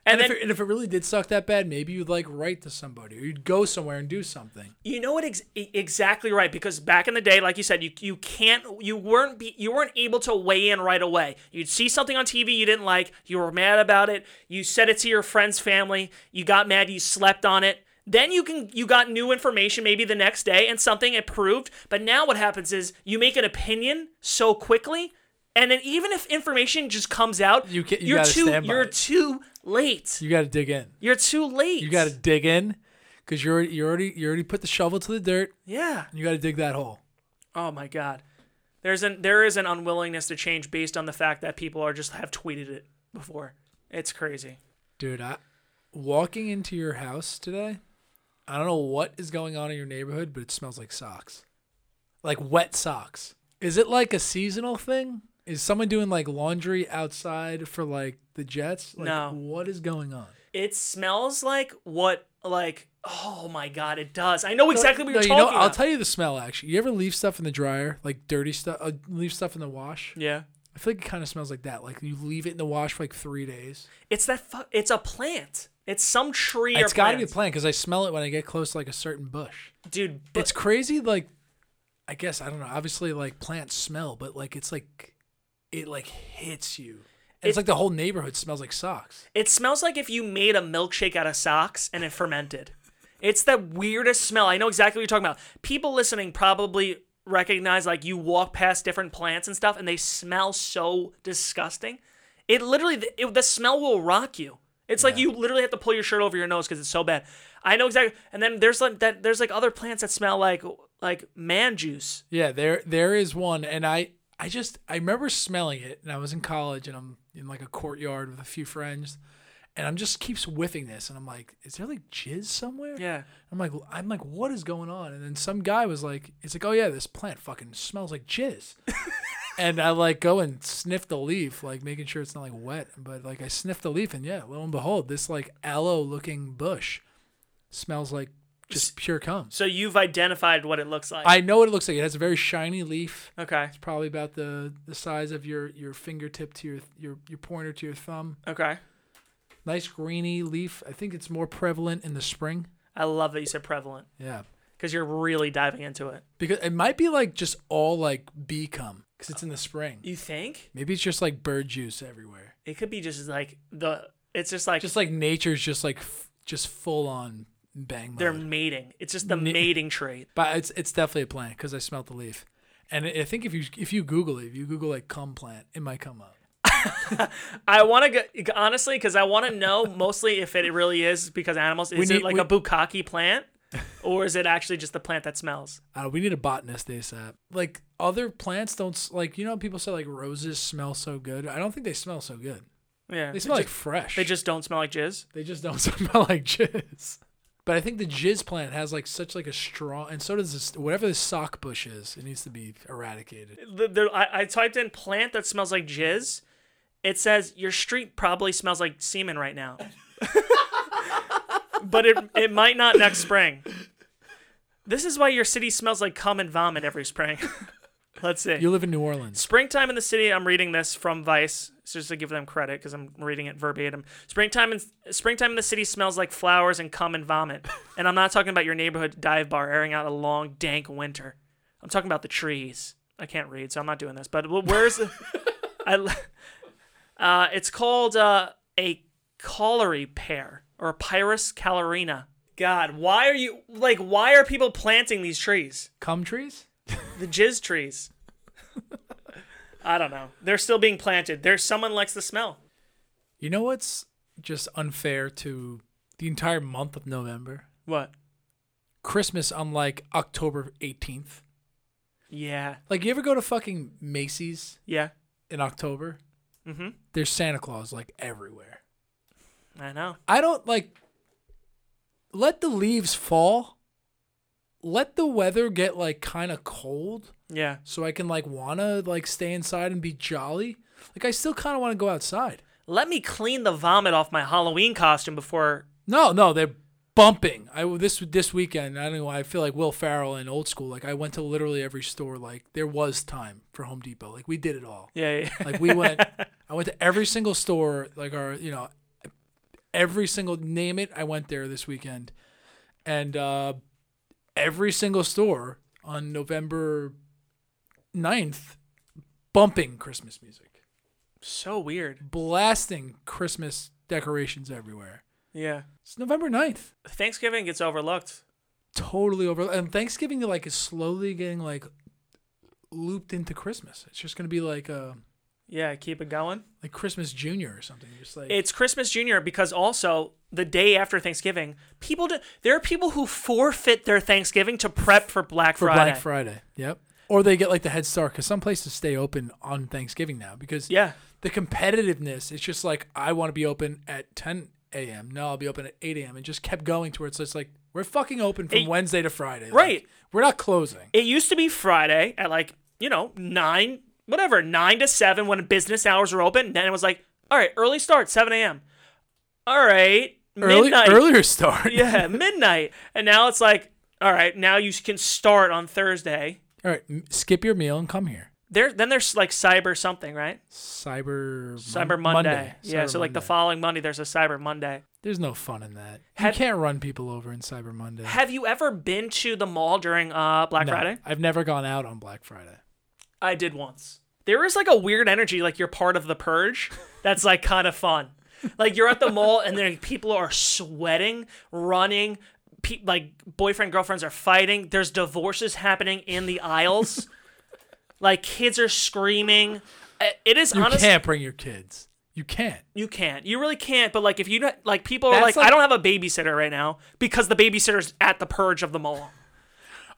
Speaker 1: And,
Speaker 2: if
Speaker 1: then
Speaker 2: it, and if it really did suck that bad, maybe you'd like write to somebody or you'd go somewhere and do something.
Speaker 1: you know what? Ex- e- exactly right. Because back in the day, like you said, you you can't, you weren't be, you weren't able to weigh in right away. You'd see something on TV you didn't like, you were mad about it. You said it to your friend's family. You got mad. You slept on it. Then you can you got new information maybe the next day and something improved. But now what happens is you make an opinion so quickly, and then even if information just comes out,
Speaker 2: You ca- you
Speaker 1: are
Speaker 2: gotta
Speaker 1: too
Speaker 2: stand by
Speaker 1: you're
Speaker 2: it.
Speaker 1: too late.
Speaker 2: You got to dig in.
Speaker 1: You're too late.
Speaker 2: You got to dig in because you're you already you already put the shovel to the dirt.
Speaker 1: yeah.
Speaker 2: And you got to dig that hole.
Speaker 1: Oh my god. There's an there is an unwillingness to change based on the fact that people are just have tweeted it before. It's crazy.
Speaker 2: Dude, I walking into your house today, I don't know what is going on in your neighborhood, but it smells like socks. Like wet socks. Is it like a seasonal thing? Is someone doing like laundry outside for like the Jets? Like
Speaker 1: No.
Speaker 2: what is going on?
Speaker 1: It smells like what like oh my god, it does. I know exactly what
Speaker 2: No,
Speaker 1: you're
Speaker 2: you
Speaker 1: talking
Speaker 2: know, I'll
Speaker 1: about.
Speaker 2: tell you the smell actually. You ever leave stuff in the dryer, like dirty stuff, uh, leave stuff in the wash?
Speaker 1: yeah.
Speaker 2: I feel like it kind of smells like that. Like you leave it in the wash for like 3 days.
Speaker 1: It's that fu- it's a plant. It's some tree
Speaker 2: It's
Speaker 1: or
Speaker 2: got to
Speaker 1: plant.
Speaker 2: be a plant cuz I smell it when I get close to like a certain bush.
Speaker 1: Dude, but
Speaker 2: it's crazy like i guess i don't know obviously like plants smell but like it's like it like hits you and it's
Speaker 1: It-
Speaker 2: like the whole neighborhood smells like socks
Speaker 1: it smells like if you made a milkshake out of socks and it fermented. It's the weirdest smell. I know exactly what you're talking about. People listening probably recognize like you walk past different plants and stuff and they smell so disgusting. It literally it, the smell will rock you. It's like you literally have to pull your shirt over your nose cuz it's so bad. I know exactly. And then there's like that there's like other plants that smell like like man juice.
Speaker 2: yeah there there is one and i i just i remember smelling it and i was in college and i'm in like a courtyard with a few friends and i'm just keep whiffing this and i'm like is there like jizz somewhere
Speaker 1: Yeah.
Speaker 2: i'm like i'm like what is going on and then some guy was like it's like oh yeah this plant fucking smells like jizz and I like go and sniff the leaf, like making sure it's not like wet. But like I sniff the leaf, and yeah, lo and behold, this like aloe looking bush smells like just pure cum.
Speaker 1: So you've identified what it looks like.
Speaker 2: I know what it looks like. It has a very shiny leaf.
Speaker 1: okay.
Speaker 2: It's probably about the the size of your your fingertip to your your your pointer to your thumb.
Speaker 1: Okay.
Speaker 2: Nice greeny leaf. I think it's more prevalent in the spring.
Speaker 1: I love that you said prevalent
Speaker 2: Yeah.
Speaker 1: cuz you're really diving into it.
Speaker 2: Because it might be like just all like bee cum because it's in the spring.
Speaker 1: You think
Speaker 2: Maybe it's just like bird juice everywhere.
Speaker 1: it could be just like the? It's just like
Speaker 2: just like nature's just like f- just full on bang
Speaker 1: they're
Speaker 2: mode.
Speaker 1: mating. It's just the mating trait.
Speaker 2: But it's it's definitely a plant because I smelled the leaf, and I I think if you if you Google it, if you Google like cum plant, it might come up.
Speaker 1: I want to go honestly because I want to know mostly if it really is because animals. Is it
Speaker 2: need-
Speaker 1: like
Speaker 2: we-
Speaker 1: a bukkake plant, or is it actually just the plant that smells?
Speaker 2: Uh, we need a botanist ASAP. Like other plants don't s- like you know how people say like roses smell so good. I don't think they smell so good.
Speaker 1: Yeah,
Speaker 2: They smell like fresh.
Speaker 1: they just don't smell like jizz.
Speaker 2: they just don't smell like jizz. But I think the jizz plant has like such like a strong, and so does this whatever the sock bush is. It needs to be eradicated.
Speaker 1: The, the, I, I typed in plant that smells like jizz. It says your street probably smells like semen right now, but it it might not next spring. This is why your city smells like cum and vomit every spring. Let's see.
Speaker 2: You live in New Orleans.
Speaker 1: Springtime in the City. I'm reading this from Vice, so just to give them credit because I'm reading it verbatim. Springtime in Springtime in the City smells like flowers and cum and vomit. And I'm not talking about your neighborhood dive bar airing out a long dank winter. I'm talking about the trees. I can't read, so I'm not doing this. But wh- where's the? I, l- uh, it's called uh, a colliery pear or Pyrus calorina. God, why are you like? Why are people planting these trees?
Speaker 2: Cum trees.
Speaker 1: the jizz trees. I don't know. They're still being planted. There's someone likes the smell.
Speaker 2: You know what's just unfair to the entire month of November?
Speaker 1: What?
Speaker 2: Christmas on like October 18th.
Speaker 1: Yeah.
Speaker 2: Like, you ever go to fucking Macy's
Speaker 1: Yeah.
Speaker 2: in October?
Speaker 1: Mhm.
Speaker 2: There's Santa Claus like everywhere.
Speaker 1: I know.
Speaker 2: I don't like. Let the leaves fall. Let the weather get like kind of cold
Speaker 1: Yeah.
Speaker 2: so I can like wanna like stay inside and be jolly. Like, I still kind of want to go outside.
Speaker 1: Let me clean the vomit off my Halloween costume before
Speaker 2: No, no, they're bumping. I this this weekend. I don't know. I feel like Will Farrell in old school. Like I went to literally every store. Like there was time for Home Depot. Like we did it all.
Speaker 1: Yeah. yeah.
Speaker 2: Like we went. I went to every single store. Like our you know, every single name it. I went there this weekend, and uh, every single store on November 9th bumping Christmas music,
Speaker 1: So weird.
Speaker 2: blasting Christmas decorations everywhere.
Speaker 1: Yeah.
Speaker 2: It's November 9th.
Speaker 1: Thanksgiving gets overlooked.
Speaker 2: Totally over. And Thanksgiving like is slowly getting like looped into Christmas. It's just gonna be like a
Speaker 1: Yeah, keep it going.
Speaker 2: like Christmas Junior or something. Just like
Speaker 1: It's Christmas Junior because also the day after Thanksgiving, people do, there are people who forfeit their Thanksgiving to prep for Black
Speaker 2: for
Speaker 1: Friday.
Speaker 2: Black Friday. Yep. Or they get like the head start because some places stay open on Thanksgiving now because
Speaker 1: yeah.
Speaker 2: the competitiveness. It's just like I want to be open at 10 a.m. No, I'll be open at 8 a.m. It just kept going to where it's just like we're fucking open from
Speaker 1: It-
Speaker 2: Wednesday to Friday. Like,
Speaker 1: Right.
Speaker 2: we're not closing.
Speaker 1: It used to be Friday at like, you know, nine, whatever, nine to seven when business hours were open. Then it was like, all right, early start, 7 a.m. All right,
Speaker 2: Early,
Speaker 1: midnight.
Speaker 2: earlier start.
Speaker 1: Yeah, midnight. And now it's like, all right, now you can start on Thursday.
Speaker 2: All right. m- Skip your meal and come here.
Speaker 1: There, then there's like cyber something, right?
Speaker 2: Cyber Mon-
Speaker 1: Cyber Monday. Yeah,
Speaker 2: Cyber
Speaker 1: so like the
Speaker 2: Monday.
Speaker 1: following Monday, there's a Cyber Monday.
Speaker 2: There's no fun in that.
Speaker 1: Have-
Speaker 2: you can't run people over in Cyber Monday.
Speaker 1: Have you ever been to the mall during uh, Black
Speaker 2: No,
Speaker 1: Friday?
Speaker 2: I've never gone out on Black Friday.
Speaker 1: I did once. There is like a weird energy, like you're part of the purge. That's like kind of fun. Like you're at the mall and then people are sweating, running. Pe- like boyfriend girlfriends are fighting. There's divorces happening in the aisles. like kids are screaming. Uh, It is
Speaker 2: You
Speaker 1: honestly
Speaker 2: can't bring your kids. You can't.
Speaker 1: you can't. You really can't. But like if you don't, like people are like,
Speaker 2: That's
Speaker 1: I
Speaker 2: like-
Speaker 1: don't have a babysitter right now because the babysitter's at the purge of the mall.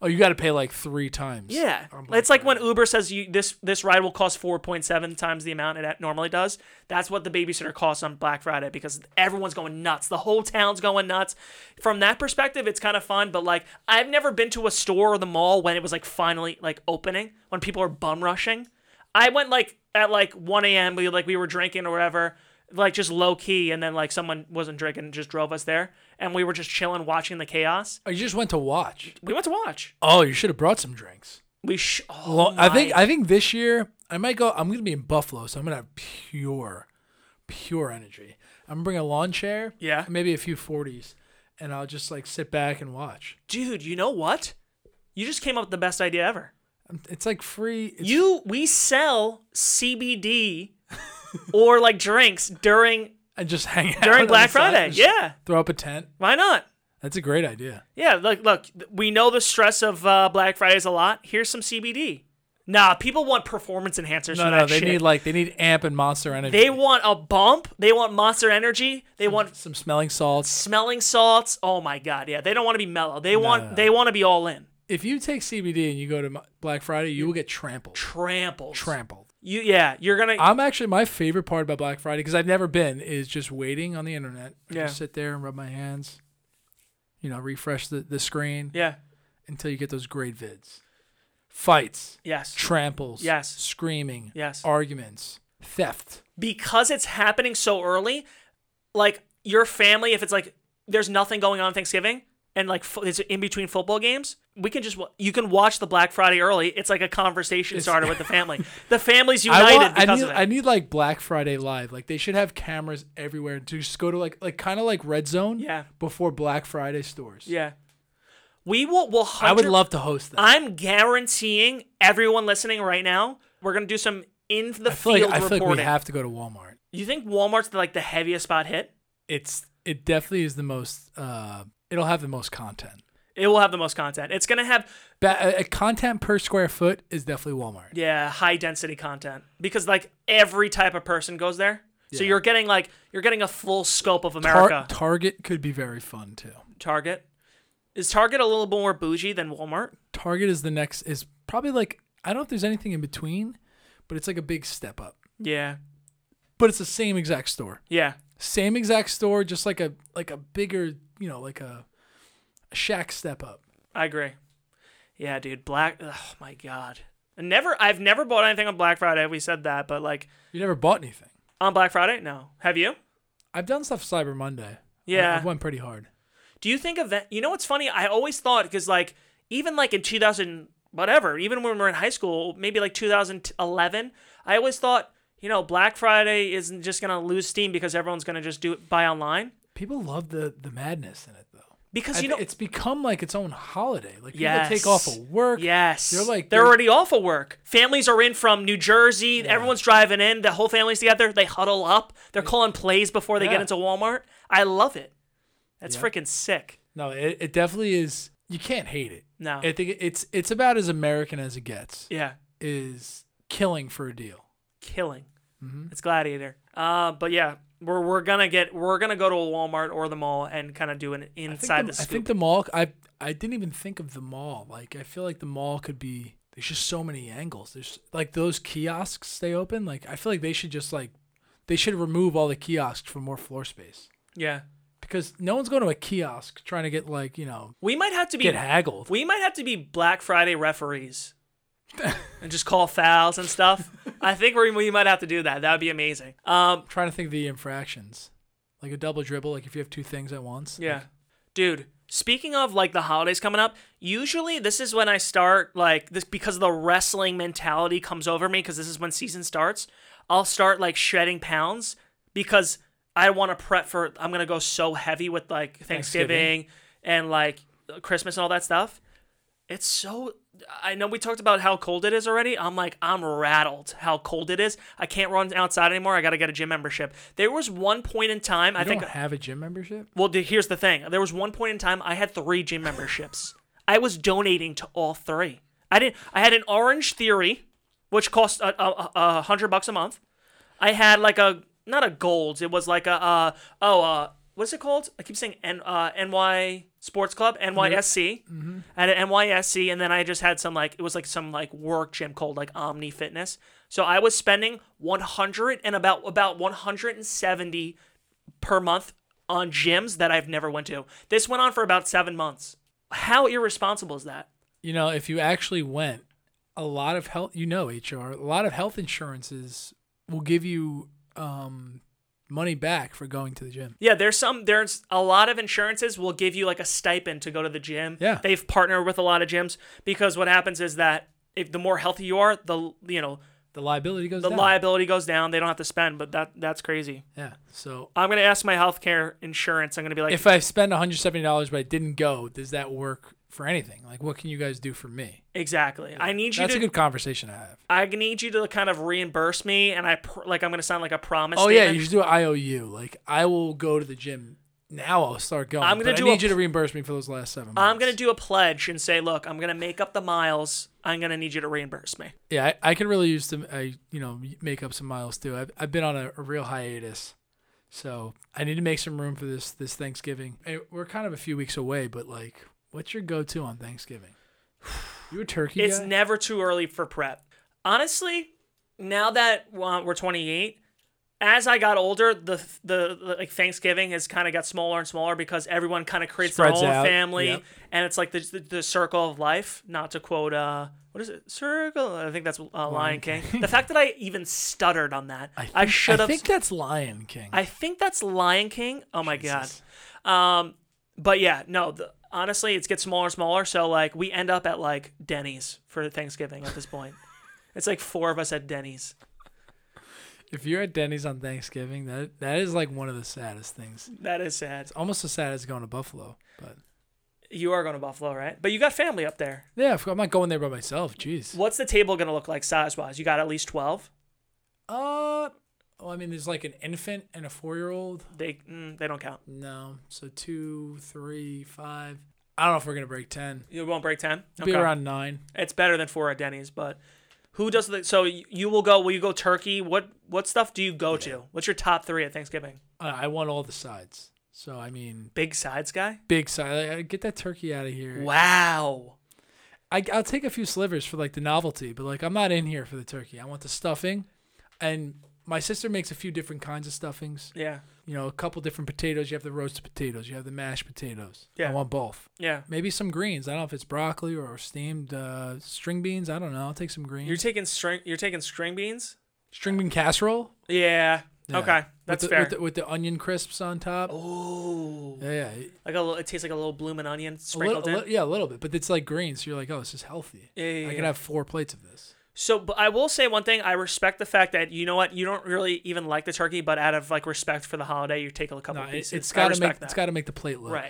Speaker 2: Oh, you got to pay like three times.
Speaker 1: Yeah,
Speaker 2: on Black
Speaker 1: it's like when Uber says you this this ride will cost four point seven times the amount it normally does. That's what the babysitter costs on Black Friday because everyone's going nuts. The whole town's going nuts. From that perspective, it's kind of fun. But like, I've never been to a store or the mall when it was like finally like opening when people are bum rushing. I went like at like one a.m. We like we were drinking or whatever. Like just low key, and then like someone wasn't drinking, and just drove us there, and we were just chilling, watching the chaos.
Speaker 2: Oh, you just went to watch.
Speaker 1: We went to watch.
Speaker 2: Oh, you should have brought some drinks.
Speaker 1: We sh- oh
Speaker 2: Well, I
Speaker 1: my
Speaker 2: think I think this year I might go. I'm gonna be in Buffalo, so I'm gonna have pure, pure energy. I'm gonna bring a lawn chair.
Speaker 1: Yeah.
Speaker 2: Maybe a few forties, and I'll just like sit back and watch.
Speaker 1: dude, you know what? You just came up with the best idea ever.
Speaker 2: Um, It's like free. It's,
Speaker 1: You we sell CBD or like drinks during
Speaker 2: I just hang out on
Speaker 1: during
Speaker 2: the
Speaker 1: Black
Speaker 2: side,
Speaker 1: Friday.
Speaker 2: just
Speaker 1: Yeah,
Speaker 2: Throw up a tent.
Speaker 1: why not?
Speaker 2: That's a great idea.
Speaker 1: Yeah, look, look, we know the stress of uh, Black Friday is a lot. Here's some CBD. Nah, people want performance enhancers.
Speaker 2: No,
Speaker 1: for
Speaker 2: no,
Speaker 1: that
Speaker 2: they
Speaker 1: shit.
Speaker 2: need like they need amp and monster energy.
Speaker 1: they want a bump. They want Monster Energy. They want
Speaker 2: some smelling salts.
Speaker 1: smelling salts. Oh my god, yeah. They don't want to be mellow. They
Speaker 2: no,
Speaker 1: want
Speaker 2: no.
Speaker 1: they want to be all in.
Speaker 2: If you take CBD and you go to Mo- Black Friday, you will get trampled.
Speaker 1: Trample.
Speaker 2: Trampled.
Speaker 1: You yeah. You're gonna.
Speaker 2: I'm actually my favorite part about Black Friday because I've never been is just waiting on the internet. I
Speaker 1: Yeah.
Speaker 2: Just sit there and rub my hands. You know, refresh the, the screen
Speaker 1: yeah.
Speaker 2: until you get those great vids. Fights,
Speaker 1: Yes.
Speaker 2: tramples,
Speaker 1: Yes.
Speaker 2: screaming,
Speaker 1: Yes.
Speaker 2: arguments, theft.
Speaker 1: because it's happening so early, like your family, if it's like there's nothing going on Thanksgiving and like fo- it's in between football games, we can just wa- you can watch the Black Friday early. It's like a conversation starter with the family. The family's
Speaker 2: I,
Speaker 1: united
Speaker 2: want, I
Speaker 1: because
Speaker 2: need
Speaker 1: of
Speaker 2: I
Speaker 1: it.
Speaker 2: need like Black Friday live. Like they should have cameras everywhere to just go to like like kind of like Red Zone.
Speaker 1: Yeah.
Speaker 2: Before Black Friday stores.
Speaker 1: yeah, we will. will
Speaker 2: I would love to host that.
Speaker 1: I'm guaranteeing everyone listening right now, we're gonna do some in the
Speaker 2: I feel
Speaker 1: field
Speaker 2: like I feel like
Speaker 1: reporting.
Speaker 2: we have to go to Walmart.
Speaker 1: you think Walmart's like the heaviest spot hit?
Speaker 2: It's it definitely is the most. Uh, it'll have the most content.
Speaker 1: It will have the most content. It's gonna have
Speaker 2: Ba- uh, content per square foot is definitely Walmart.
Speaker 1: Yeah, high density content because like every type of person goes there. So
Speaker 2: Yeah.
Speaker 1: you're getting like you're getting a full scope of
Speaker 2: Tar-
Speaker 1: America.
Speaker 2: Target could be very fun too.
Speaker 1: Target is Target a little bit more bougie than Walmart?
Speaker 2: Target is the next is probably like I don't know if there's anything in between, but it's like a big step up.
Speaker 1: Yeah,
Speaker 2: But it's the same exact store,
Speaker 1: yeah,
Speaker 2: same exact store, just like a like a bigger you know like a, a shack step up.
Speaker 1: I agree. Yeah, dude, Black. Oh my god, never. I've never bought anything on Black Friday. We said that, but like
Speaker 2: You never bought anything.
Speaker 1: on Black Friday, no. Have you?
Speaker 2: I've done stuff Cyber Monday.
Speaker 1: Yeah.
Speaker 2: I, I went pretty hard.
Speaker 1: Do you think of that? You know what's funny? I always thought because like even like in 2000 whatever, even when we were in high school, maybe like 2011, I always thought you know Black Friday isn't just gonna lose steam because everyone's gonna just do it buy online.
Speaker 2: People love the the madness in it though.
Speaker 1: because
Speaker 2: I
Speaker 1: you
Speaker 2: th-
Speaker 1: know
Speaker 2: it's become like its own holiday. Like people
Speaker 1: Yes.
Speaker 2: take off of work.
Speaker 1: Yes.
Speaker 2: They're like
Speaker 1: they're
Speaker 2: they're-
Speaker 1: already off of work. Families are in from New Jersey. Everyone's driving in. The whole family's together. They huddle up. They're calling plays before they get
Speaker 2: Yeah.
Speaker 1: into Walmart. I love it. That's freaking sick.
Speaker 2: No, it, it definitely is. You can't hate it.
Speaker 1: No.
Speaker 2: I think it's it's about as American as it gets.
Speaker 1: yeah.
Speaker 2: Is killing for a deal.
Speaker 1: Killing.
Speaker 2: Mm-hmm.
Speaker 1: It's Gladiator. Uh, but yeah, we're we're gonna get we're gonna go to a Walmart or the mall and kind of do an
Speaker 2: I think
Speaker 1: inside
Speaker 2: the-
Speaker 1: the, scoop.
Speaker 2: I think the mall. I I didn't even think of the mall. Like I feel like the mall could be. There's just so many angles. There's like those kiosks they open. Like I feel like they should just like, they should remove all the kiosks for more floor space
Speaker 1: yeah.
Speaker 2: because no one's going to a kiosk trying to get like you know
Speaker 1: We might have to be
Speaker 2: get haggled.
Speaker 1: we might have to be Black Friday referees and just call fouls and stuff. I think we we might have to do that. That would be amazing. Um,
Speaker 2: I'm trying to think of the infractions, like a double dribble. Like if you have two things at once.
Speaker 1: Yeah. Dude, speaking of like the holidays coming up, usually this is when I start like this because the wrestling mentality comes over me because this is when season starts. I'll start like shedding pounds because I want to prep for I'm going to go so heavy with like Thanksgiving,
Speaker 2: Thanksgiving.
Speaker 1: and like Christmas and all that stuff. It's so I know we talked about how cold it is already. I'm like I'm rattled how cold it is. I can't run outside anymore. I got to get a gym membership. There was one point in time I
Speaker 2: I
Speaker 1: think
Speaker 2: don't have a gym membership.
Speaker 1: well, dude, here's the thing. There was one point in time I had three gym memberships. I was donating to all three. I didn't. I had an Orange Theory, which cost a, a, a hundred bucks a month. I had like a not a Golds. It was like a uh, oh uh, what's it called? I keep saying N uh, NY Sports Club NYSC. Mm-hmm. I had an NYSC, and then I just had some like it was like some like work gym called like Omni Fitness. So I was spending one hundred and about about one hundred and seventy per month on gyms that I've never went to. This went on for about seven months. How irresponsible is that?
Speaker 2: you know, if you actually went, a lot of health, you know, HR, a lot of health insurances will give you um, money back for going to the gym.
Speaker 1: Yeah, there's some there's a lot of insurances will give you like a stipend to go to the gym.
Speaker 2: Yeah.
Speaker 1: They've partnered with a lot of gyms because what happens is that if the more healthy you are, the you know,
Speaker 2: The liability goes
Speaker 1: the
Speaker 2: down.
Speaker 1: liability goes down, they don't have to spend, but that that's crazy.
Speaker 2: yeah. So
Speaker 1: I'm going to ask my healthcare insurance. I'm going to be like,
Speaker 2: if I spend $170 but I didn't go, does that work for anything? Like, what can you guys do for me?
Speaker 1: "Exactly. I need you
Speaker 2: That's
Speaker 1: to
Speaker 2: a good conversation to have.
Speaker 1: I need you to kind of reimburse me and I pr- like I'm going to sound like a promise
Speaker 2: Oh, yeah.
Speaker 1: statement.
Speaker 2: You should do an IOU. Like, I will go to the gym. Now I'll start going.
Speaker 1: I'm gonna
Speaker 2: but
Speaker 1: do a
Speaker 2: I need you to
Speaker 1: pl-
Speaker 2: reimburse me for those last seven months.
Speaker 1: I'm gonna do a pledge and say, look, I'm gonna make up the miles. I'm gonna need you to reimburse me.
Speaker 2: Yeah, I, I could really use to I you know make up some miles too. I've I've been on a, a real hiatus, so I need to make some room for this this Thanksgiving. Eh, We're kind of a few weeks away, but like, what's your go to on Thanksgiving? You a turkey
Speaker 1: It's
Speaker 2: guy?
Speaker 1: never too early for prep. Honestly, now that uh, we're 28, as I got older, the the, the like Thanksgiving has kind of got smaller and smaller because everyone kind of creates
Speaker 2: Spreads
Speaker 1: their own
Speaker 2: out,
Speaker 1: family,
Speaker 2: yep.
Speaker 1: and it's like the, the the circle of life. Not to quote uh. What is it? Circle. I think that's uh, Lion King. the fact that I even stuttered on that, I,
Speaker 2: think-
Speaker 1: should
Speaker 2: I
Speaker 1: have.
Speaker 2: think that's Lion King.
Speaker 1: I think that's Lion King. Oh my god.
Speaker 2: Jesus.
Speaker 1: Um, but yeah, no. The, honestly, it's gets smaller and smaller. So like, we end up at like Denny's for Thanksgiving at this point. it's like four of us at Denny's.
Speaker 2: if you're at Denny's on Thanksgiving, that that is like one of the saddest things.
Speaker 1: That is sad.
Speaker 2: Almost as sad as going to Buffalo, but
Speaker 1: You are going to Buffalo, right? But you got family up there.
Speaker 2: yeah, if- I'm not going there by myself. Jeez.
Speaker 1: What's the table going to look like size wise? You got at least twelve.
Speaker 2: Uh, well, I mean, there's like an infant and a four year old.
Speaker 1: They mm, they don't count.
Speaker 2: No. So two, three, five. I don't know if we're gonna break ten.
Speaker 1: You won't break ten.
Speaker 2: Be around nine.
Speaker 1: It's better than four at Denny's, but. Who does the so y- you will go? Will you go turkey? What what stuff do you go to? What's your top three at Thanksgiving?
Speaker 2: Uh, I want all the sides. So I mean,
Speaker 1: Big sides guy.
Speaker 2: big side. I- I Get that turkey out of here.
Speaker 1: Wow.
Speaker 2: I, I'll take a few slivers for like the novelty, but like I'm not in here for the turkey. I want the stuffing, and my sister makes a few different kinds of stuffings.
Speaker 1: Yeah.
Speaker 2: You know, a couple different potatoes. You have the roasted potatoes. You have the mashed potatoes.
Speaker 1: Yeah.
Speaker 2: I want both.
Speaker 1: Yeah.
Speaker 2: Maybe some greens. I don't know if it's broccoli or steamed uh, string beans. I don't know. I'll take some greens.
Speaker 1: You're taking string. You're taking string beans.
Speaker 2: string bean casserole.
Speaker 1: Yeah.
Speaker 2: Yeah.
Speaker 1: Okay,
Speaker 2: with
Speaker 1: that's
Speaker 2: the,
Speaker 1: fair. Oh,
Speaker 2: With the, with the onion crisps on top.
Speaker 1: Ooh.
Speaker 2: Yeah, yeah. A
Speaker 1: Like a little, it tastes like a little bloomin' onion
Speaker 2: little-
Speaker 1: sprinkled
Speaker 2: a
Speaker 1: in.
Speaker 2: little- yeah, a little bit, but it's like green, so you're like, oh, this is healthy.
Speaker 1: Yeah, yeah,
Speaker 2: I
Speaker 1: yeah.
Speaker 2: can have four plates of this.
Speaker 1: So, but I will say one thing. I respect the fact that you know what you don't really even like the turkey, but out of like respect for the holiday, you take a couple
Speaker 2: No, it,
Speaker 1: pieces.
Speaker 2: it's
Speaker 1: I
Speaker 2: got to
Speaker 1: respect
Speaker 2: make
Speaker 1: that.
Speaker 2: it's got to make the plate look
Speaker 1: right.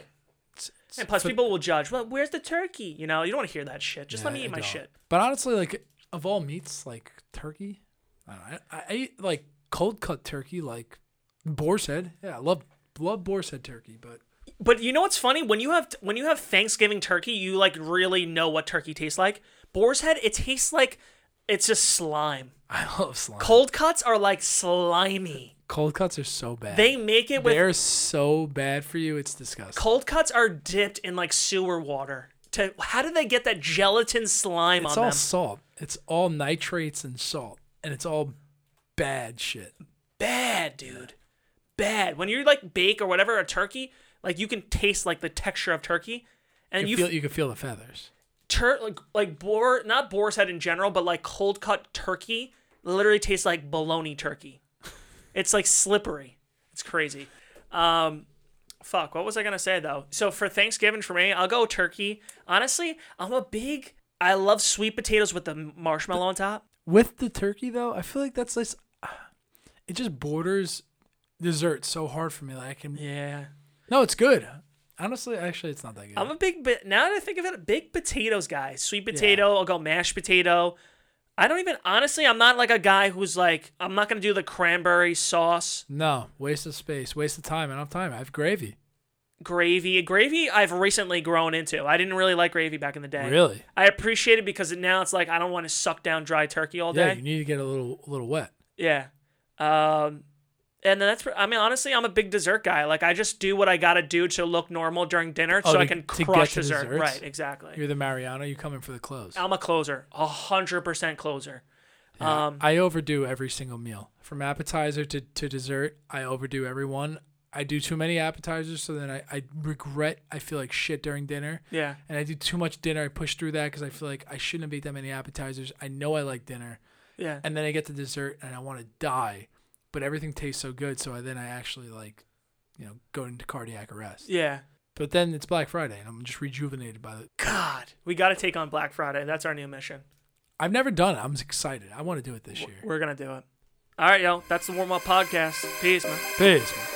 Speaker 2: It's- it's-
Speaker 1: And plus,
Speaker 2: but-
Speaker 1: people will judge. Well, where's the turkey? You know, you don't want to hear that shit. Just let
Speaker 2: Yeah,
Speaker 1: me
Speaker 2: I
Speaker 1: eat my
Speaker 2: don't.
Speaker 1: shit.
Speaker 2: But honestly, like of all meats, like turkey, I, don't know, I, I ate like cold cut turkey, like boar's head. Yeah, I love love boar's head turkey, but
Speaker 1: But you know what's funny? When you have when you have Thanksgiving turkey, you like really know what turkey tastes like. Boar's head, it tastes like it's just slime.
Speaker 2: I love slime.
Speaker 1: Cold cuts are like slimy.
Speaker 2: cold cuts are so bad.
Speaker 1: They make it with
Speaker 2: they're so bad for you. It's disgusting.
Speaker 1: cold cuts are dipped in like sewer water. To how do they get that gelatin slime
Speaker 2: it's
Speaker 1: on
Speaker 2: all
Speaker 1: them?
Speaker 2: salt. It's all nitrates and salt, and it's all bad shit.
Speaker 1: Bad, dude. Bad. When you like bake or whatever a turkey, like you can taste like the texture of turkey, and
Speaker 2: You,
Speaker 1: you
Speaker 2: feel you can feel the feathers.
Speaker 1: tur- like like boar not boar's head in general, but like cold cut turkey literally tastes like bologna turkey. it's like slippery. It's crazy. Um fuck, what was I gonna say though? So for Thanksgiving for me, I'll go turkey. Honestly, I'm a big I love sweet potatoes with the marshmallow on top.
Speaker 2: With the turkey though, I feel like that's like it just borders dessert so hard for me. Like I can
Speaker 1: Yeah.
Speaker 2: No, it's good. Honestly, actually, it's not that good.
Speaker 1: I'm a big bit now that I think of it, a big potatoes guy. Sweet potato, I'll go mashed potato. I don't even honestly, I'm not like a guy who's like, I'm not gonna do the cranberry sauce.
Speaker 2: no, waste of space, waste of time. I don't have time. I have gravy.
Speaker 1: gravy. Gravy I've recently grown into. I didn't really like gravy back in the day.
Speaker 2: Really?
Speaker 1: I appreciate it because now it's like I don't want to suck down dry turkey all
Speaker 2: Yeah, you
Speaker 1: day.
Speaker 2: need to get a little, a little wet.
Speaker 1: Yeah. Um and then that's pr- I mean honestly I'm a big dessert guy. Like I just do what I got to do to look normal during dinner
Speaker 2: Oh,
Speaker 1: so I
Speaker 2: to-
Speaker 1: can
Speaker 2: to get
Speaker 1: crush
Speaker 2: to
Speaker 1: dessert.
Speaker 2: desserts?
Speaker 1: Right, exactly.
Speaker 2: You're the Mariano. You come in for the clothes.
Speaker 1: I'm a closer. a 100% closer.
Speaker 2: Yeah,
Speaker 1: Um
Speaker 2: I overdo every single meal, from appetizer to, to dessert. I overdo every one. I do too many appetizers, so then I, I regret. I feel like shit during dinner,
Speaker 1: yeah.
Speaker 2: and I do too much dinner. I push through that because I feel like I shouldn't have ate that many appetizers. I know I like dinner,
Speaker 1: Yeah.
Speaker 2: and then I get to dessert and I want to die, but everything tastes so good, so I, then I actually like, you know, go into cardiac arrest.
Speaker 1: Yeah.
Speaker 2: But then it's Black Friday and I'm just rejuvenated by it.
Speaker 1: God, we got to take on Black Friday. That's our new mission.
Speaker 2: I've never done it. I'm excited. I want to do it this year.
Speaker 1: We're going to do it. All right, yo. That's the warm up podcast. Peace, man.
Speaker 2: Peace. man.